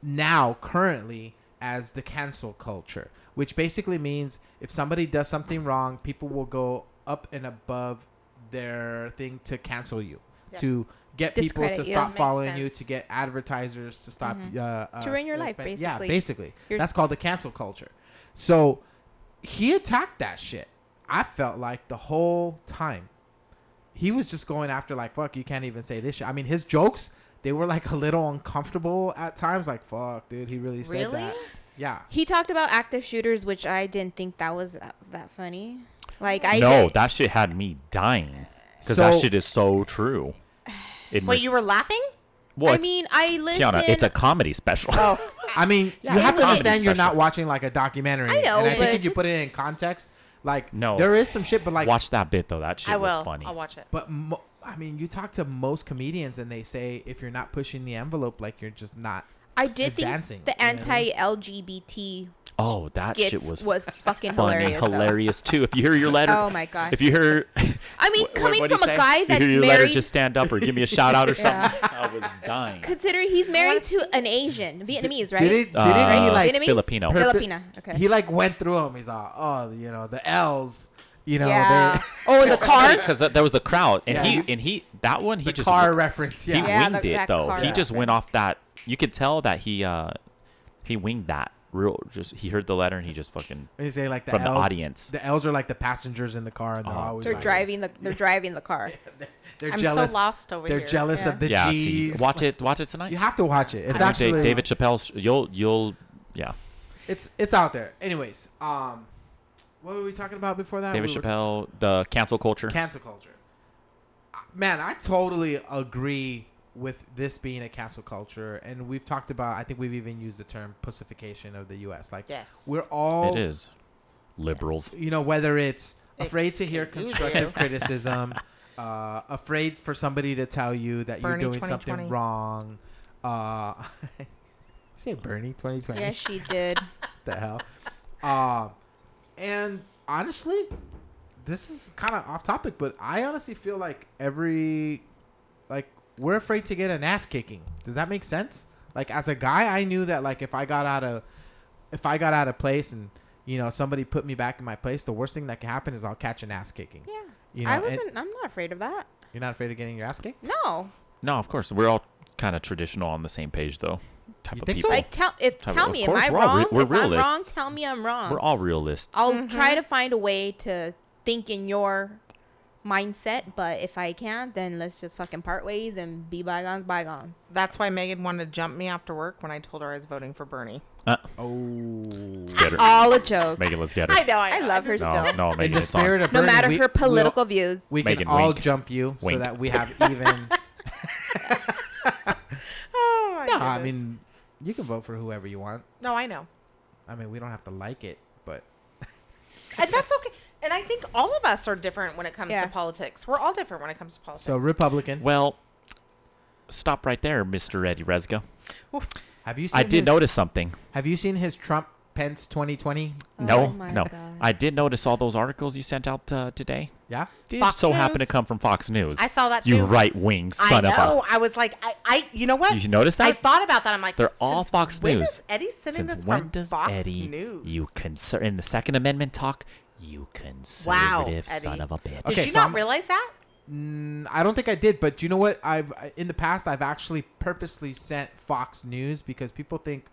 Speaker 3: now currently as the cancel culture, which basically means if somebody does something wrong, people will go up and above their thing to cancel you,
Speaker 2: Yeah.
Speaker 3: to get people
Speaker 4: Discredit
Speaker 3: to
Speaker 4: you.
Speaker 3: stop
Speaker 2: Makes
Speaker 3: following you,
Speaker 2: sense.
Speaker 3: to get advertisers to stop uh, uh,
Speaker 4: Mm-hmm. To ruin your
Speaker 3: uh,
Speaker 4: life,
Speaker 3: spend-
Speaker 4: basically.
Speaker 3: Yeah, basically,
Speaker 4: You're-
Speaker 3: that's called the cancel culture. So he attacked that shit. I felt like the whole time he was just going after like fuck you can't even say this shit. I mean his jokes they were like a little uncomfortable at times like fuck dude he really said
Speaker 2: Really?
Speaker 3: that. Yeah.
Speaker 4: He talked about active shooters, which I didn't think that was that, that funny. Like I
Speaker 1: no,
Speaker 4: did-
Speaker 1: that shit had me dying because
Speaker 3: So-
Speaker 1: that shit is so true. It
Speaker 2: Wait, you were laughing?
Speaker 1: well,
Speaker 4: I
Speaker 1: it's-
Speaker 4: mean Oh I listened.
Speaker 1: Tiana, it's a comedy special.
Speaker 3: I mean
Speaker 4: it
Speaker 3: you have
Speaker 4: was
Speaker 3: to
Speaker 4: a
Speaker 3: understand you're not
Speaker 1: special.
Speaker 3: watching like a documentary.
Speaker 4: I know,
Speaker 3: And I think
Speaker 4: but
Speaker 3: if you put
Speaker 4: just-
Speaker 3: it in context, like
Speaker 1: No.
Speaker 3: there is some shit, but like
Speaker 1: Watch that bit though. That shit
Speaker 2: I will.
Speaker 1: was funny.
Speaker 2: I'll watch it.
Speaker 3: but mo- I mean you talk to most comedians and they say if you're not pushing the envelope, like you're just not.
Speaker 4: I did think
Speaker 3: dancing,
Speaker 4: the
Speaker 3: you know what I mean?
Speaker 4: anti-LGBT
Speaker 1: Oh, that
Speaker 4: skits
Speaker 1: shit was,
Speaker 4: fucking
Speaker 1: funny,
Speaker 4: hilarious.
Speaker 1: hilarious,
Speaker 4: though.
Speaker 1: too. If you hear your letter,
Speaker 4: Oh my gosh.
Speaker 1: If you hear,
Speaker 4: I mean,
Speaker 1: Wh- wh-
Speaker 4: coming
Speaker 1: what'd he
Speaker 4: from a
Speaker 1: say?
Speaker 4: guy
Speaker 1: If
Speaker 4: that's
Speaker 1: you hear your letter,
Speaker 4: married,
Speaker 1: just stand up or give me a shout out or
Speaker 4: Yeah.
Speaker 1: something. I was dying.
Speaker 4: consider he's married to an Asian, Vietnamese, right?
Speaker 3: Did it? Did
Speaker 1: Uh,
Speaker 3: it? He like
Speaker 4: Vietnamese?
Speaker 1: Filipino.
Speaker 3: perpe-
Speaker 4: Filipina. Okay.
Speaker 3: He like went through them. He's all, oh, you know the L's, you know.
Speaker 4: yeah.
Speaker 3: They,
Speaker 4: oh, in the car.
Speaker 1: because there was the crowd, and
Speaker 3: Yeah.
Speaker 1: he and he that one he
Speaker 3: the
Speaker 1: just
Speaker 3: car
Speaker 1: w-
Speaker 3: reference.
Speaker 1: he
Speaker 3: Yeah.
Speaker 4: Yeah,
Speaker 1: winged
Speaker 4: the-
Speaker 1: it
Speaker 4: that
Speaker 1: though.
Speaker 4: car
Speaker 1: He just went
Speaker 4: reference.
Speaker 1: off that. You could tell that he uh he winged that real. Just he heard the letter and he just fucking
Speaker 3: They say like the
Speaker 1: From the
Speaker 3: Ls-
Speaker 1: audience.
Speaker 3: The L's are like the passengers in the car, and they're
Speaker 1: Oh.
Speaker 3: always
Speaker 4: They're
Speaker 3: like-
Speaker 4: driving the. They're driving the car.
Speaker 3: They're
Speaker 2: I'm
Speaker 3: jealous.
Speaker 2: so lost over
Speaker 3: they're
Speaker 2: here.
Speaker 3: jealous
Speaker 4: Yeah.
Speaker 3: of the
Speaker 1: yeah. T.
Speaker 3: G's.
Speaker 1: Watch it. Watch it tonight.
Speaker 3: You have to watch it. It's
Speaker 1: Da-
Speaker 3: actually
Speaker 1: David Chappelle's. You'll you'll yeah.
Speaker 3: It's it's out there. Anyways, um, what were we talking about before that?
Speaker 1: David
Speaker 3: We were-
Speaker 1: Chappelle, the cancel culture.
Speaker 3: Cancel culture. Uh, Man, I totally agree with this being a cancel culture, and we've talked about. I think we've even used the term pussification of the U.S. Like
Speaker 2: Yes.
Speaker 3: we're all
Speaker 1: it is liberals.
Speaker 3: you know, whether it's afraid to hear
Speaker 2: Excuse you.
Speaker 3: constructive criticism, uh, afraid for somebody to tell you that
Speaker 2: Bernie
Speaker 3: you're doing something
Speaker 2: 2020.
Speaker 3: wrong. Uh, say Bernie 2020.
Speaker 4: Yes, she did.
Speaker 3: the hell? Um, and honestly, this is kind of off topic, but I honestly feel like every, like, we're afraid to get an ass kicking. Does that make sense? Like, as a guy, I knew that, like, if I got out of, if I got out of place and, you know, somebody put me back in my place, the worst thing that can happen is I'll catch an ass kicking.
Speaker 4: Yeah.
Speaker 3: You know,
Speaker 4: I
Speaker 3: and-
Speaker 4: wasn't. I'm not afraid of that.
Speaker 3: You're not afraid of getting your ass kicked?
Speaker 4: No.
Speaker 1: No, of course we're all kind of traditional on the same page though. Type
Speaker 3: You
Speaker 1: of
Speaker 3: think so?
Speaker 1: people.
Speaker 4: Like tell if
Speaker 1: Type of-
Speaker 4: tell
Speaker 1: of
Speaker 4: me
Speaker 1: course,
Speaker 4: am I
Speaker 1: we're all re-
Speaker 4: wrong?
Speaker 1: we're
Speaker 4: if I'm wrong,
Speaker 1: realists.
Speaker 4: tell me I'm wrong.
Speaker 1: We're all realists.
Speaker 4: I'll
Speaker 3: Mm-hmm.
Speaker 4: try to find a way to think in your mindset, but if I can't, then let's just fucking part ways and be bygones, bygones.
Speaker 2: That's why Megan wanted to jump me after work when I told her I was voting for Bernie.
Speaker 1: Uh,
Speaker 3: Oh.
Speaker 1: let's get her.
Speaker 4: All a joke.
Speaker 1: Megan, let's get her.
Speaker 2: I know. I,
Speaker 4: I love her
Speaker 1: no,
Speaker 4: still.
Speaker 1: no,
Speaker 3: In
Speaker 1: Megan,
Speaker 3: the
Speaker 1: it's on.
Speaker 3: spirit of
Speaker 4: No
Speaker 3: Bernie,
Speaker 4: matter
Speaker 3: we-
Speaker 4: her political
Speaker 3: we'll-
Speaker 4: views.
Speaker 3: we
Speaker 1: Megan,
Speaker 3: can all
Speaker 1: wink.
Speaker 3: jump you so
Speaker 1: Wink.
Speaker 3: that we have even.
Speaker 2: Oh, my
Speaker 3: No, I
Speaker 2: goodness.
Speaker 3: mean, you can vote for whoever you want.
Speaker 2: no, I know.
Speaker 3: I mean, we don't have to like it, but
Speaker 2: And that's okay. And I think all of us are different when it comes
Speaker 4: Yeah.
Speaker 2: to politics. We're all different when it comes to politics.
Speaker 3: so Republican.
Speaker 1: Well, stop right there, Mr. Eddie Resga.
Speaker 3: Have you? Seen
Speaker 1: I did
Speaker 3: his-
Speaker 1: notice something.
Speaker 3: Have you seen his Trump Pence 2020?
Speaker 4: Oh
Speaker 1: no,
Speaker 4: my
Speaker 1: no.
Speaker 4: God.
Speaker 1: I did notice all those articles you sent out uh, today.
Speaker 3: Yeah.
Speaker 1: Did
Speaker 2: Fox
Speaker 1: so happen to
Speaker 2: News?
Speaker 1: come from Fox News.
Speaker 2: I saw that
Speaker 1: You
Speaker 2: too.
Speaker 1: right wing son
Speaker 2: I
Speaker 1: of
Speaker 2: know.
Speaker 1: a.
Speaker 2: I was like, I, I, you know what?
Speaker 1: You noticed
Speaker 2: I
Speaker 1: that?
Speaker 2: thought about that. I'm like,
Speaker 1: They're all
Speaker 2: since
Speaker 1: Fox
Speaker 2: when
Speaker 1: News.
Speaker 2: Is Eddie sending
Speaker 1: Since
Speaker 2: this
Speaker 1: when
Speaker 2: from
Speaker 1: does
Speaker 2: Fox
Speaker 1: Eddie,
Speaker 2: News?
Speaker 1: you conser- in the Second Amendment talk, you conservative son
Speaker 2: Eddie.
Speaker 1: of a bitch.
Speaker 2: Did
Speaker 3: Okay,
Speaker 2: you
Speaker 3: so
Speaker 2: not
Speaker 3: I'm-
Speaker 2: realize that?
Speaker 3: Mm, I don't think I did, but you know what? I've in the past I've actually purposely sent Fox News because people think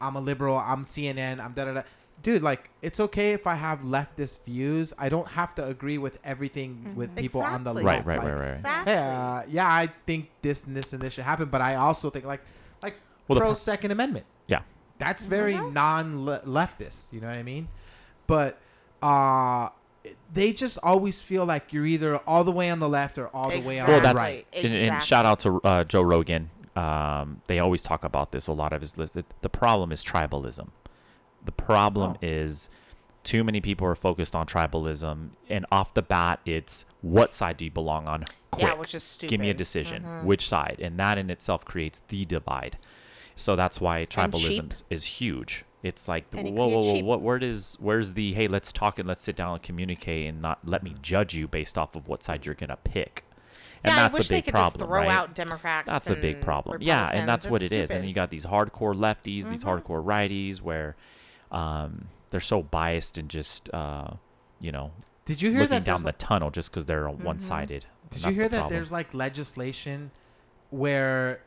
Speaker 3: I'm a liberal, I'm CNN, I'm da da da. Dude, like it's okay if I have leftist views. I don't have to agree with everything with people on the
Speaker 2: Exactly.
Speaker 3: left.
Speaker 1: Right, right,
Speaker 3: like,
Speaker 1: right, right.
Speaker 2: Exactly.
Speaker 3: Yeah, yeah, I think this and this and this should happen, but I also think like like
Speaker 1: Well, the
Speaker 3: pro
Speaker 1: pro-
Speaker 3: Second Amendment.
Speaker 1: Yeah.
Speaker 3: That's very non-leftist. You know what I mean? But uh they just always feel like you're either all the way on the left or all the way on
Speaker 1: Well,
Speaker 3: the
Speaker 1: that's
Speaker 3: right.
Speaker 1: and, and shout out to uh, Joe Rogan. Um, they always talk about this. A lot of his list. The problem is tribalism. The problem
Speaker 3: Oh.
Speaker 1: is too many people are focused on tribalism, and off the bat, it's what side do you belong on? Quick,
Speaker 2: Yeah, which is
Speaker 1: Give me a
Speaker 2: stupid. Mm-hmm.
Speaker 1: decision. Which side? And that in itself creates the divide. So that's why tribalism
Speaker 4: cheap.
Speaker 1: is, is huge. It's like
Speaker 4: And it
Speaker 1: whoa, whoa,
Speaker 4: creates
Speaker 1: whoa!
Speaker 4: cheap.
Speaker 1: What word is? Where's the hey? Let's talk and let's sit down and communicate and not let me judge you based off of what side you're gonna pick. And
Speaker 2: yeah,
Speaker 1: that's
Speaker 2: I wish
Speaker 1: a big
Speaker 2: they could
Speaker 1: problem,
Speaker 2: just throw
Speaker 1: right?
Speaker 2: out Democrats.
Speaker 1: That's a big
Speaker 2: and
Speaker 1: problem. Yeah, and that's
Speaker 2: Republicans.
Speaker 1: what it is.
Speaker 2: It's
Speaker 1: And
Speaker 2: stupid.
Speaker 1: you got these hardcore lefties, these hardcore righties, where um, they're so biased and just uh, you know
Speaker 3: Did you hear
Speaker 1: looking
Speaker 3: that?
Speaker 1: down
Speaker 3: there's
Speaker 1: the tunnel just because they're one-sided. and
Speaker 3: Did
Speaker 1: that's
Speaker 3: you hear
Speaker 1: the
Speaker 3: that
Speaker 1: problem.
Speaker 3: there's like legislation where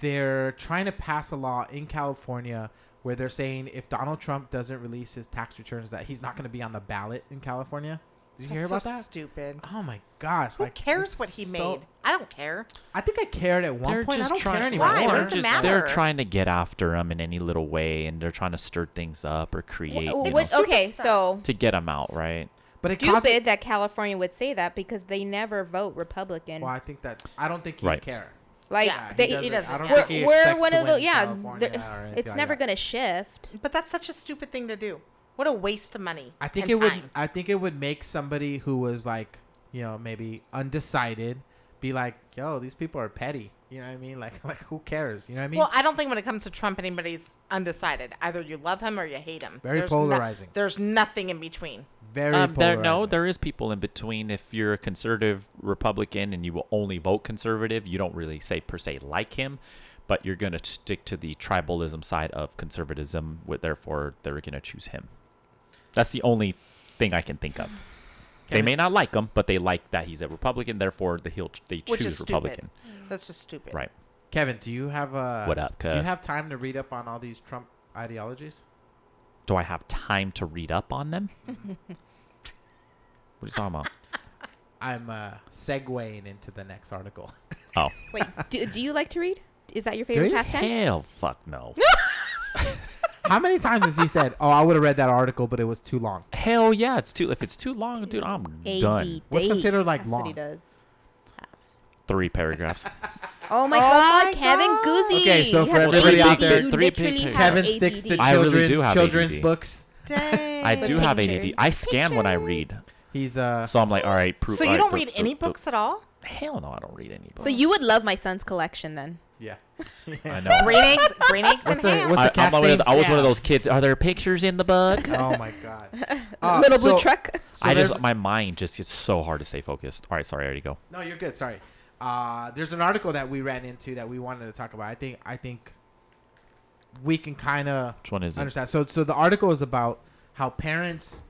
Speaker 3: they're trying to pass a law in California where they're saying if Donald Trump doesn't release his tax returns that he's not going to be on the ballot in California? Did you
Speaker 2: That's
Speaker 3: hear about
Speaker 2: so
Speaker 3: that?
Speaker 2: Stupid.
Speaker 3: Oh my gosh!
Speaker 2: Who
Speaker 3: like, this
Speaker 2: cares what
Speaker 3: is
Speaker 2: he
Speaker 3: so-
Speaker 2: made? I don't care.
Speaker 3: I think I cared at one
Speaker 1: They're
Speaker 3: point. I
Speaker 1: just
Speaker 3: don't
Speaker 1: trying-
Speaker 3: care anymore.
Speaker 2: Why? What
Speaker 1: They're,
Speaker 2: does it
Speaker 1: just- they're
Speaker 2: matter?
Speaker 1: trying to get after him in any little way, and they're trying to stir things up or create
Speaker 4: Well,
Speaker 1: you
Speaker 4: Oh, what-
Speaker 1: know,
Speaker 2: stupid
Speaker 4: okay,
Speaker 2: stuff.
Speaker 4: so
Speaker 1: to get them out, right?
Speaker 3: But it
Speaker 4: stupid
Speaker 3: caused. Well,
Speaker 4: that California would say that because they never vote Republican.
Speaker 3: I think that I don't think he
Speaker 1: Right.
Speaker 3: would care.
Speaker 4: Like
Speaker 2: Yeah,
Speaker 3: He
Speaker 4: they,
Speaker 3: doesn't-
Speaker 2: does- doesn't,
Speaker 3: I don't
Speaker 2: yeah.
Speaker 4: we're,
Speaker 3: think he
Speaker 4: we're
Speaker 3: expects
Speaker 4: one
Speaker 3: to
Speaker 4: of those.
Speaker 3: win
Speaker 4: Yeah,
Speaker 3: California
Speaker 4: they're-
Speaker 3: or anything
Speaker 4: it's
Speaker 3: like
Speaker 4: never
Speaker 3: that.
Speaker 4: gonna shift.
Speaker 2: But that's such a stupid thing to do. What a waste of money.
Speaker 3: I think
Speaker 2: and
Speaker 3: it would.
Speaker 2: time.
Speaker 3: I think it would make somebody who was like, you know, maybe undecided, be like, "Yo, these people are petty." You know what I mean? Like, like who cares? You know what I mean?
Speaker 2: well, I don't think when it comes to Trump, anybody's undecided. Either you love him or you hate him.
Speaker 3: Very
Speaker 2: no-
Speaker 3: polarizing.
Speaker 2: there's nothing in between.
Speaker 3: Very
Speaker 1: Um, there, no,
Speaker 3: polarizing.
Speaker 1: there is people in between. If you're a conservative Republican and you will only vote conservative, you don't really say per se like him, but you're going to stick to the tribalism side of conservatism. With therefore, they're going to choose him. That's the only thing I can think of. They
Speaker 3: Kevin-
Speaker 1: may not like him, but they like that he's a Republican. Therefore, the, he'll, they
Speaker 2: Which is
Speaker 1: choose
Speaker 2: stupid.
Speaker 1: Republican.
Speaker 3: Mm-hmm.
Speaker 2: That's just stupid.
Speaker 1: Right.
Speaker 3: Kevin, do you have uh,
Speaker 1: What up,
Speaker 3: Do you
Speaker 1: Kev?
Speaker 3: have time to read up on all these Trump ideologies?
Speaker 1: Do I have time to read up on them? what are you talking about?
Speaker 3: I'm uh, segueing into the next article.
Speaker 1: Oh,
Speaker 4: Wait, do, do you like to read? Is that your
Speaker 3: you?
Speaker 4: favorite pastime?
Speaker 1: hell, fuck no.
Speaker 3: How many times has he said, "Oh, I would have read that article, but it was too long"?
Speaker 1: Hell yeah, it's too. If it's too long, dude, I'm done.
Speaker 4: AD.
Speaker 3: What's considered, like,
Speaker 4: That's What he
Speaker 3: long?
Speaker 4: does.
Speaker 1: Three paragraphs.
Speaker 4: Oh my
Speaker 2: Oh
Speaker 4: God,
Speaker 2: my
Speaker 4: Kevin
Speaker 2: God.
Speaker 4: Goosey.
Speaker 3: Okay, so
Speaker 4: you
Speaker 3: for
Speaker 4: have
Speaker 3: everybody
Speaker 4: ADD.
Speaker 3: out there,
Speaker 4: you
Speaker 1: three
Speaker 4: literally
Speaker 1: pictures.
Speaker 4: have
Speaker 3: Kevin
Speaker 4: ADD.
Speaker 3: sticks to
Speaker 1: I really
Speaker 3: children,
Speaker 1: do have
Speaker 3: children's
Speaker 1: ADD.
Speaker 3: books.
Speaker 2: Dang.
Speaker 1: I do have ADD.
Speaker 4: pictures.
Speaker 1: I scan when I
Speaker 4: Pictures.
Speaker 1: read,
Speaker 3: He's uh,
Speaker 1: so I'm like, all right. Proof,
Speaker 2: So you don't read any books at all?
Speaker 1: Hell no, I don't read any books.
Speaker 4: So you would love my son's collection then.
Speaker 3: yeah.
Speaker 1: I know. I,
Speaker 2: Green eggs, green eggs
Speaker 3: What's
Speaker 2: and
Speaker 3: the-
Speaker 2: ham.
Speaker 3: what's-
Speaker 1: I'm
Speaker 3: cat's
Speaker 1: one of
Speaker 3: name?
Speaker 1: the- I was one of
Speaker 2: Yeah.
Speaker 1: those kids. Are there pictures in the book?
Speaker 3: Oh my god. Uh,
Speaker 4: Little blue
Speaker 3: so-
Speaker 4: truck.
Speaker 3: so
Speaker 1: I
Speaker 3: there's-
Speaker 1: just my mind just gets so hard to stay focused. All right, sorry, I already go.
Speaker 3: No, you're good. Sorry. Uh, there's an article that we ran into that we wanted to talk about. I think I think we can kind of
Speaker 1: Which one is it?
Speaker 3: understand. So so the article is about how parents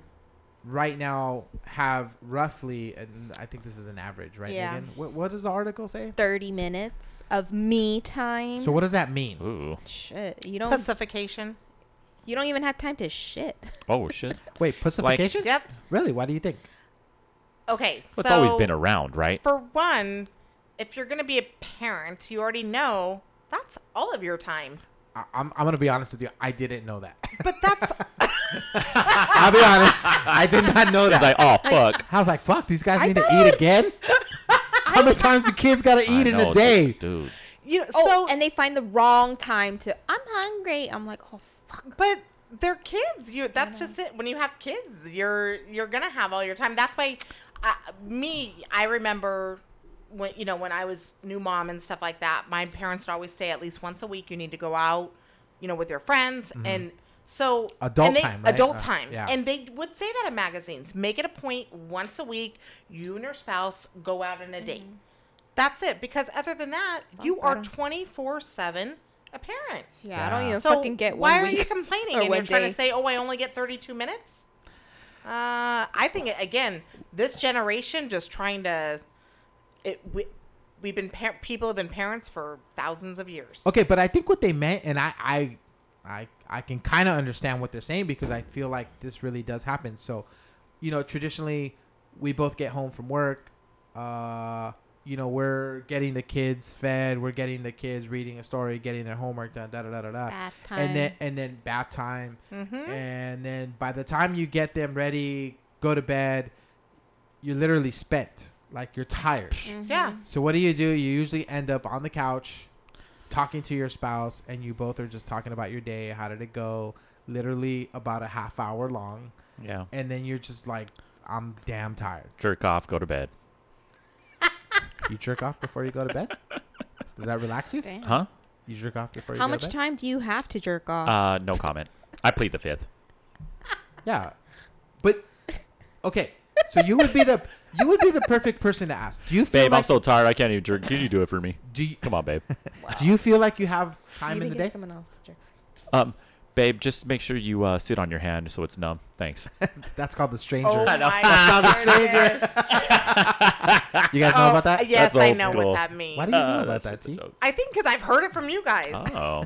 Speaker 3: right now have roughly, and I think this is an average, right?
Speaker 4: Yeah.
Speaker 3: Megan? What what does the article say?
Speaker 4: 30 minutes of me time.
Speaker 3: So what does that mean?
Speaker 1: Ooh.
Speaker 4: Shit, you don't
Speaker 2: Pacification.
Speaker 4: you don't even have time to shit.
Speaker 1: Oh shit.
Speaker 3: Wait, pacification?
Speaker 2: Yep.
Speaker 3: Really? Why do you think?
Speaker 2: Okay.
Speaker 1: Well,
Speaker 2: So
Speaker 1: it's always been around, right?
Speaker 2: for one, if you're going to be a parent, you already know that's all of your time.
Speaker 3: I, I'm I'm gonna be honest with you. I didn't know that.
Speaker 2: But that's
Speaker 3: I'll be honest. I did not know that.
Speaker 1: It's like, oh fuck.
Speaker 3: I was like, fuck, these guys
Speaker 4: I
Speaker 3: need to
Speaker 4: thought
Speaker 3: eat
Speaker 4: I would-
Speaker 3: again? How many times the kids gotta
Speaker 1: I
Speaker 3: eat in
Speaker 1: know,
Speaker 3: a day?
Speaker 1: dude.
Speaker 2: you know,
Speaker 4: Oh,
Speaker 2: so
Speaker 4: and they find the wrong time to. I'm hungry. I'm like, oh fuck.
Speaker 2: but they're kids. You that's just it. When you have kids, you're you're gonna have all your time. That's why, uh, me, I remember when you know when I was new mom and stuff like that. My parents would always say at least once a week you need to go out, you know, with your friends. And So
Speaker 3: Mm-hmm. Adult
Speaker 2: and they-
Speaker 3: time, right?
Speaker 2: Adult
Speaker 3: Uh,
Speaker 2: time.
Speaker 3: yeah.
Speaker 2: And they would say that in magazines. Make it a point once a week. You and your spouse go out on a date.
Speaker 3: Mm-hmm.
Speaker 2: That's it. Because other than that, you
Speaker 4: I
Speaker 2: are
Speaker 4: don't-
Speaker 2: twenty four seven a parent.
Speaker 4: Yeah, I don't
Speaker 3: Yeah.
Speaker 4: even
Speaker 2: So
Speaker 4: fucking get
Speaker 2: why
Speaker 4: one
Speaker 2: are you
Speaker 4: week
Speaker 2: complaining?
Speaker 4: or
Speaker 2: and you're
Speaker 4: one
Speaker 2: trying
Speaker 4: day.
Speaker 2: to say, "Oh, I only get 32 minutes." Uh, I think again, this generation just trying to. It we, we've been par- people have been parents for thousands of years.
Speaker 3: Okay, but I think what they meant, and I, I, I, I can kind of understand what they're saying because I feel like this really does happen. So, you know, traditionally, we both get home from work. Uh, you know, we're getting the kids fed, we're getting the kids reading a story, getting their homework done, da da da da da.
Speaker 4: bath time.
Speaker 3: And then and then bath time,
Speaker 2: Mm-hmm.
Speaker 4: Mm-hmm.
Speaker 3: and then by the time you get them ready, go to bed, you're literally spent. Like you're tired.
Speaker 4: Mm-hmm.
Speaker 2: Yeah.
Speaker 3: So what do you do? You usually end up on the couch talking to your spouse and you both are just talking about your day, how did it go? Literally about a half hour long.
Speaker 1: Yeah.
Speaker 3: And then you're just like, I'm damn tired.
Speaker 1: Jerk off, go to bed.
Speaker 3: You jerk off before you go to bed? Does that relax you?
Speaker 4: Damn.
Speaker 1: Huh?
Speaker 3: You jerk off before you
Speaker 4: How
Speaker 3: go
Speaker 4: much
Speaker 3: to bed?
Speaker 4: time do you have to jerk
Speaker 3: Uh-huh.
Speaker 4: off?
Speaker 1: Uh, no comment. I plead the fifth.
Speaker 3: Yeah. But okay. So you would be the you would be the perfect person to ask. Do you feel
Speaker 1: Babe,
Speaker 3: like
Speaker 1: I'm so tired. I can't even jerk. Can you do it for me?
Speaker 3: do you,
Speaker 1: Come on, babe.
Speaker 3: do you feel like you have
Speaker 4: You
Speaker 3: time
Speaker 4: need
Speaker 3: in
Speaker 4: to
Speaker 3: the
Speaker 4: get
Speaker 3: day?
Speaker 4: Someone else to jerk.
Speaker 1: Um, babe, just make sure you uh, sit on your hand so it's numb. Thanks.
Speaker 3: That's called the stranger.
Speaker 2: Oh my
Speaker 3: Sounds a stranger.
Speaker 2: goodness.
Speaker 3: You guys know
Speaker 2: Oh,
Speaker 3: about that?
Speaker 2: Yes,
Speaker 1: That's
Speaker 2: I
Speaker 1: old
Speaker 2: know
Speaker 1: school.
Speaker 2: what that means.
Speaker 3: Why do you know
Speaker 1: Uh,
Speaker 3: about
Speaker 1: that's
Speaker 3: that,
Speaker 1: just a
Speaker 3: T?
Speaker 1: joke.
Speaker 2: I think because I've heard it from you guys.
Speaker 1: Oh,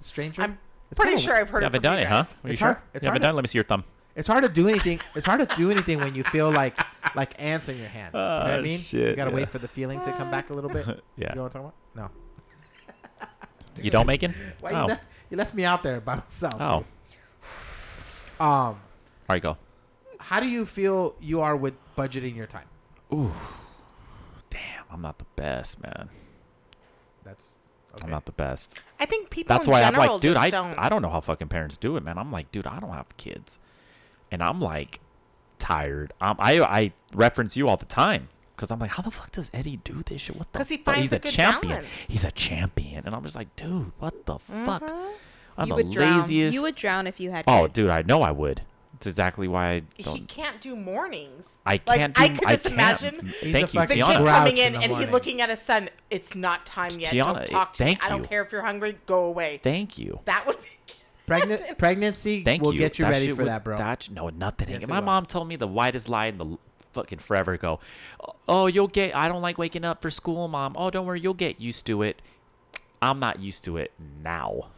Speaker 3: Stranger.
Speaker 2: I'm
Speaker 3: It's
Speaker 2: pretty
Speaker 3: kinda-
Speaker 2: sure I've heard
Speaker 1: you
Speaker 2: it from
Speaker 1: haven't done
Speaker 2: you
Speaker 1: it, huh?
Speaker 2: guys.
Speaker 1: Are you
Speaker 3: It's
Speaker 1: sure?
Speaker 3: hard- it's
Speaker 1: you
Speaker 3: hard.
Speaker 1: haven't done. it? Let me see your thumb.
Speaker 3: It's hard to do anything. It's hard to do anything when you feel like like ants in your hand. You know what I
Speaker 1: Oh,
Speaker 3: mean? you
Speaker 1: shit,
Speaker 3: gotta
Speaker 1: yeah.
Speaker 3: wait for the feeling to come back a little bit.
Speaker 1: Yeah.
Speaker 3: You know what I'm talking about? No.
Speaker 1: You don't make it.
Speaker 3: Why you,
Speaker 1: Oh.
Speaker 3: left, you left me out there by myself.
Speaker 1: Oh. All
Speaker 3: Um,
Speaker 1: right, go.
Speaker 3: how do you feel you are with budgeting your time?
Speaker 1: Damn, I'm not the best, man.
Speaker 3: That's
Speaker 1: I'm
Speaker 3: okay.
Speaker 1: not the best.
Speaker 2: I think people
Speaker 1: That's
Speaker 2: in
Speaker 1: why I'm
Speaker 2: general
Speaker 1: like, dude,
Speaker 2: just
Speaker 1: I
Speaker 2: don't.
Speaker 1: I don't know how fucking parents do it, man. I'm like, dude, I don't have kids, and I'm like tired. Um, I I reference you all the time because I'm like, how the fuck does Eddie do this shit? What the?
Speaker 2: 'Cause he
Speaker 1: fuck?
Speaker 2: finds
Speaker 1: He's
Speaker 2: a
Speaker 1: a
Speaker 2: good
Speaker 1: champion.
Speaker 2: balance. Mm-hmm.
Speaker 1: He's a champion, and I'm just like, dude, what the fuck? I'm
Speaker 4: you
Speaker 1: the
Speaker 4: would drown.
Speaker 1: laziest.
Speaker 4: You would drown if you had.
Speaker 1: oh,
Speaker 4: kids.
Speaker 1: dude, I know I would. It's exactly why I
Speaker 2: He
Speaker 1: don't.
Speaker 2: can't do mornings.
Speaker 1: I
Speaker 2: Like,
Speaker 1: can't
Speaker 2: I
Speaker 1: do.
Speaker 2: could
Speaker 1: I
Speaker 2: just
Speaker 1: can't.
Speaker 2: imagine
Speaker 3: He's
Speaker 1: Thank
Speaker 3: a
Speaker 1: you,
Speaker 3: fucking
Speaker 2: The
Speaker 1: Tiana.
Speaker 2: kid
Speaker 3: Grouch
Speaker 2: coming
Speaker 3: in
Speaker 2: in,
Speaker 3: the
Speaker 2: and he
Speaker 3: morning.
Speaker 2: looking at his son. It's not time yet.
Speaker 1: Tiana,
Speaker 2: don't talk to
Speaker 1: thank
Speaker 2: me. I don't
Speaker 1: you.
Speaker 2: care if you're hungry. Go away.
Speaker 1: Thank you.
Speaker 2: That would be.
Speaker 3: Pregnant pregnancy
Speaker 1: Thank
Speaker 3: will
Speaker 1: you.
Speaker 3: get you
Speaker 1: That
Speaker 3: ready
Speaker 1: shit
Speaker 3: for
Speaker 1: would-
Speaker 3: that, bro.
Speaker 1: That, sh- no, nothing.
Speaker 3: Yes, it
Speaker 1: My
Speaker 3: will.
Speaker 1: mom told me the whitest lie in the l- fucking forever ago. Oh, you'll get. I don't like waking up for school, mom. Oh, don't worry, you'll get used to it. I'm not used to it now.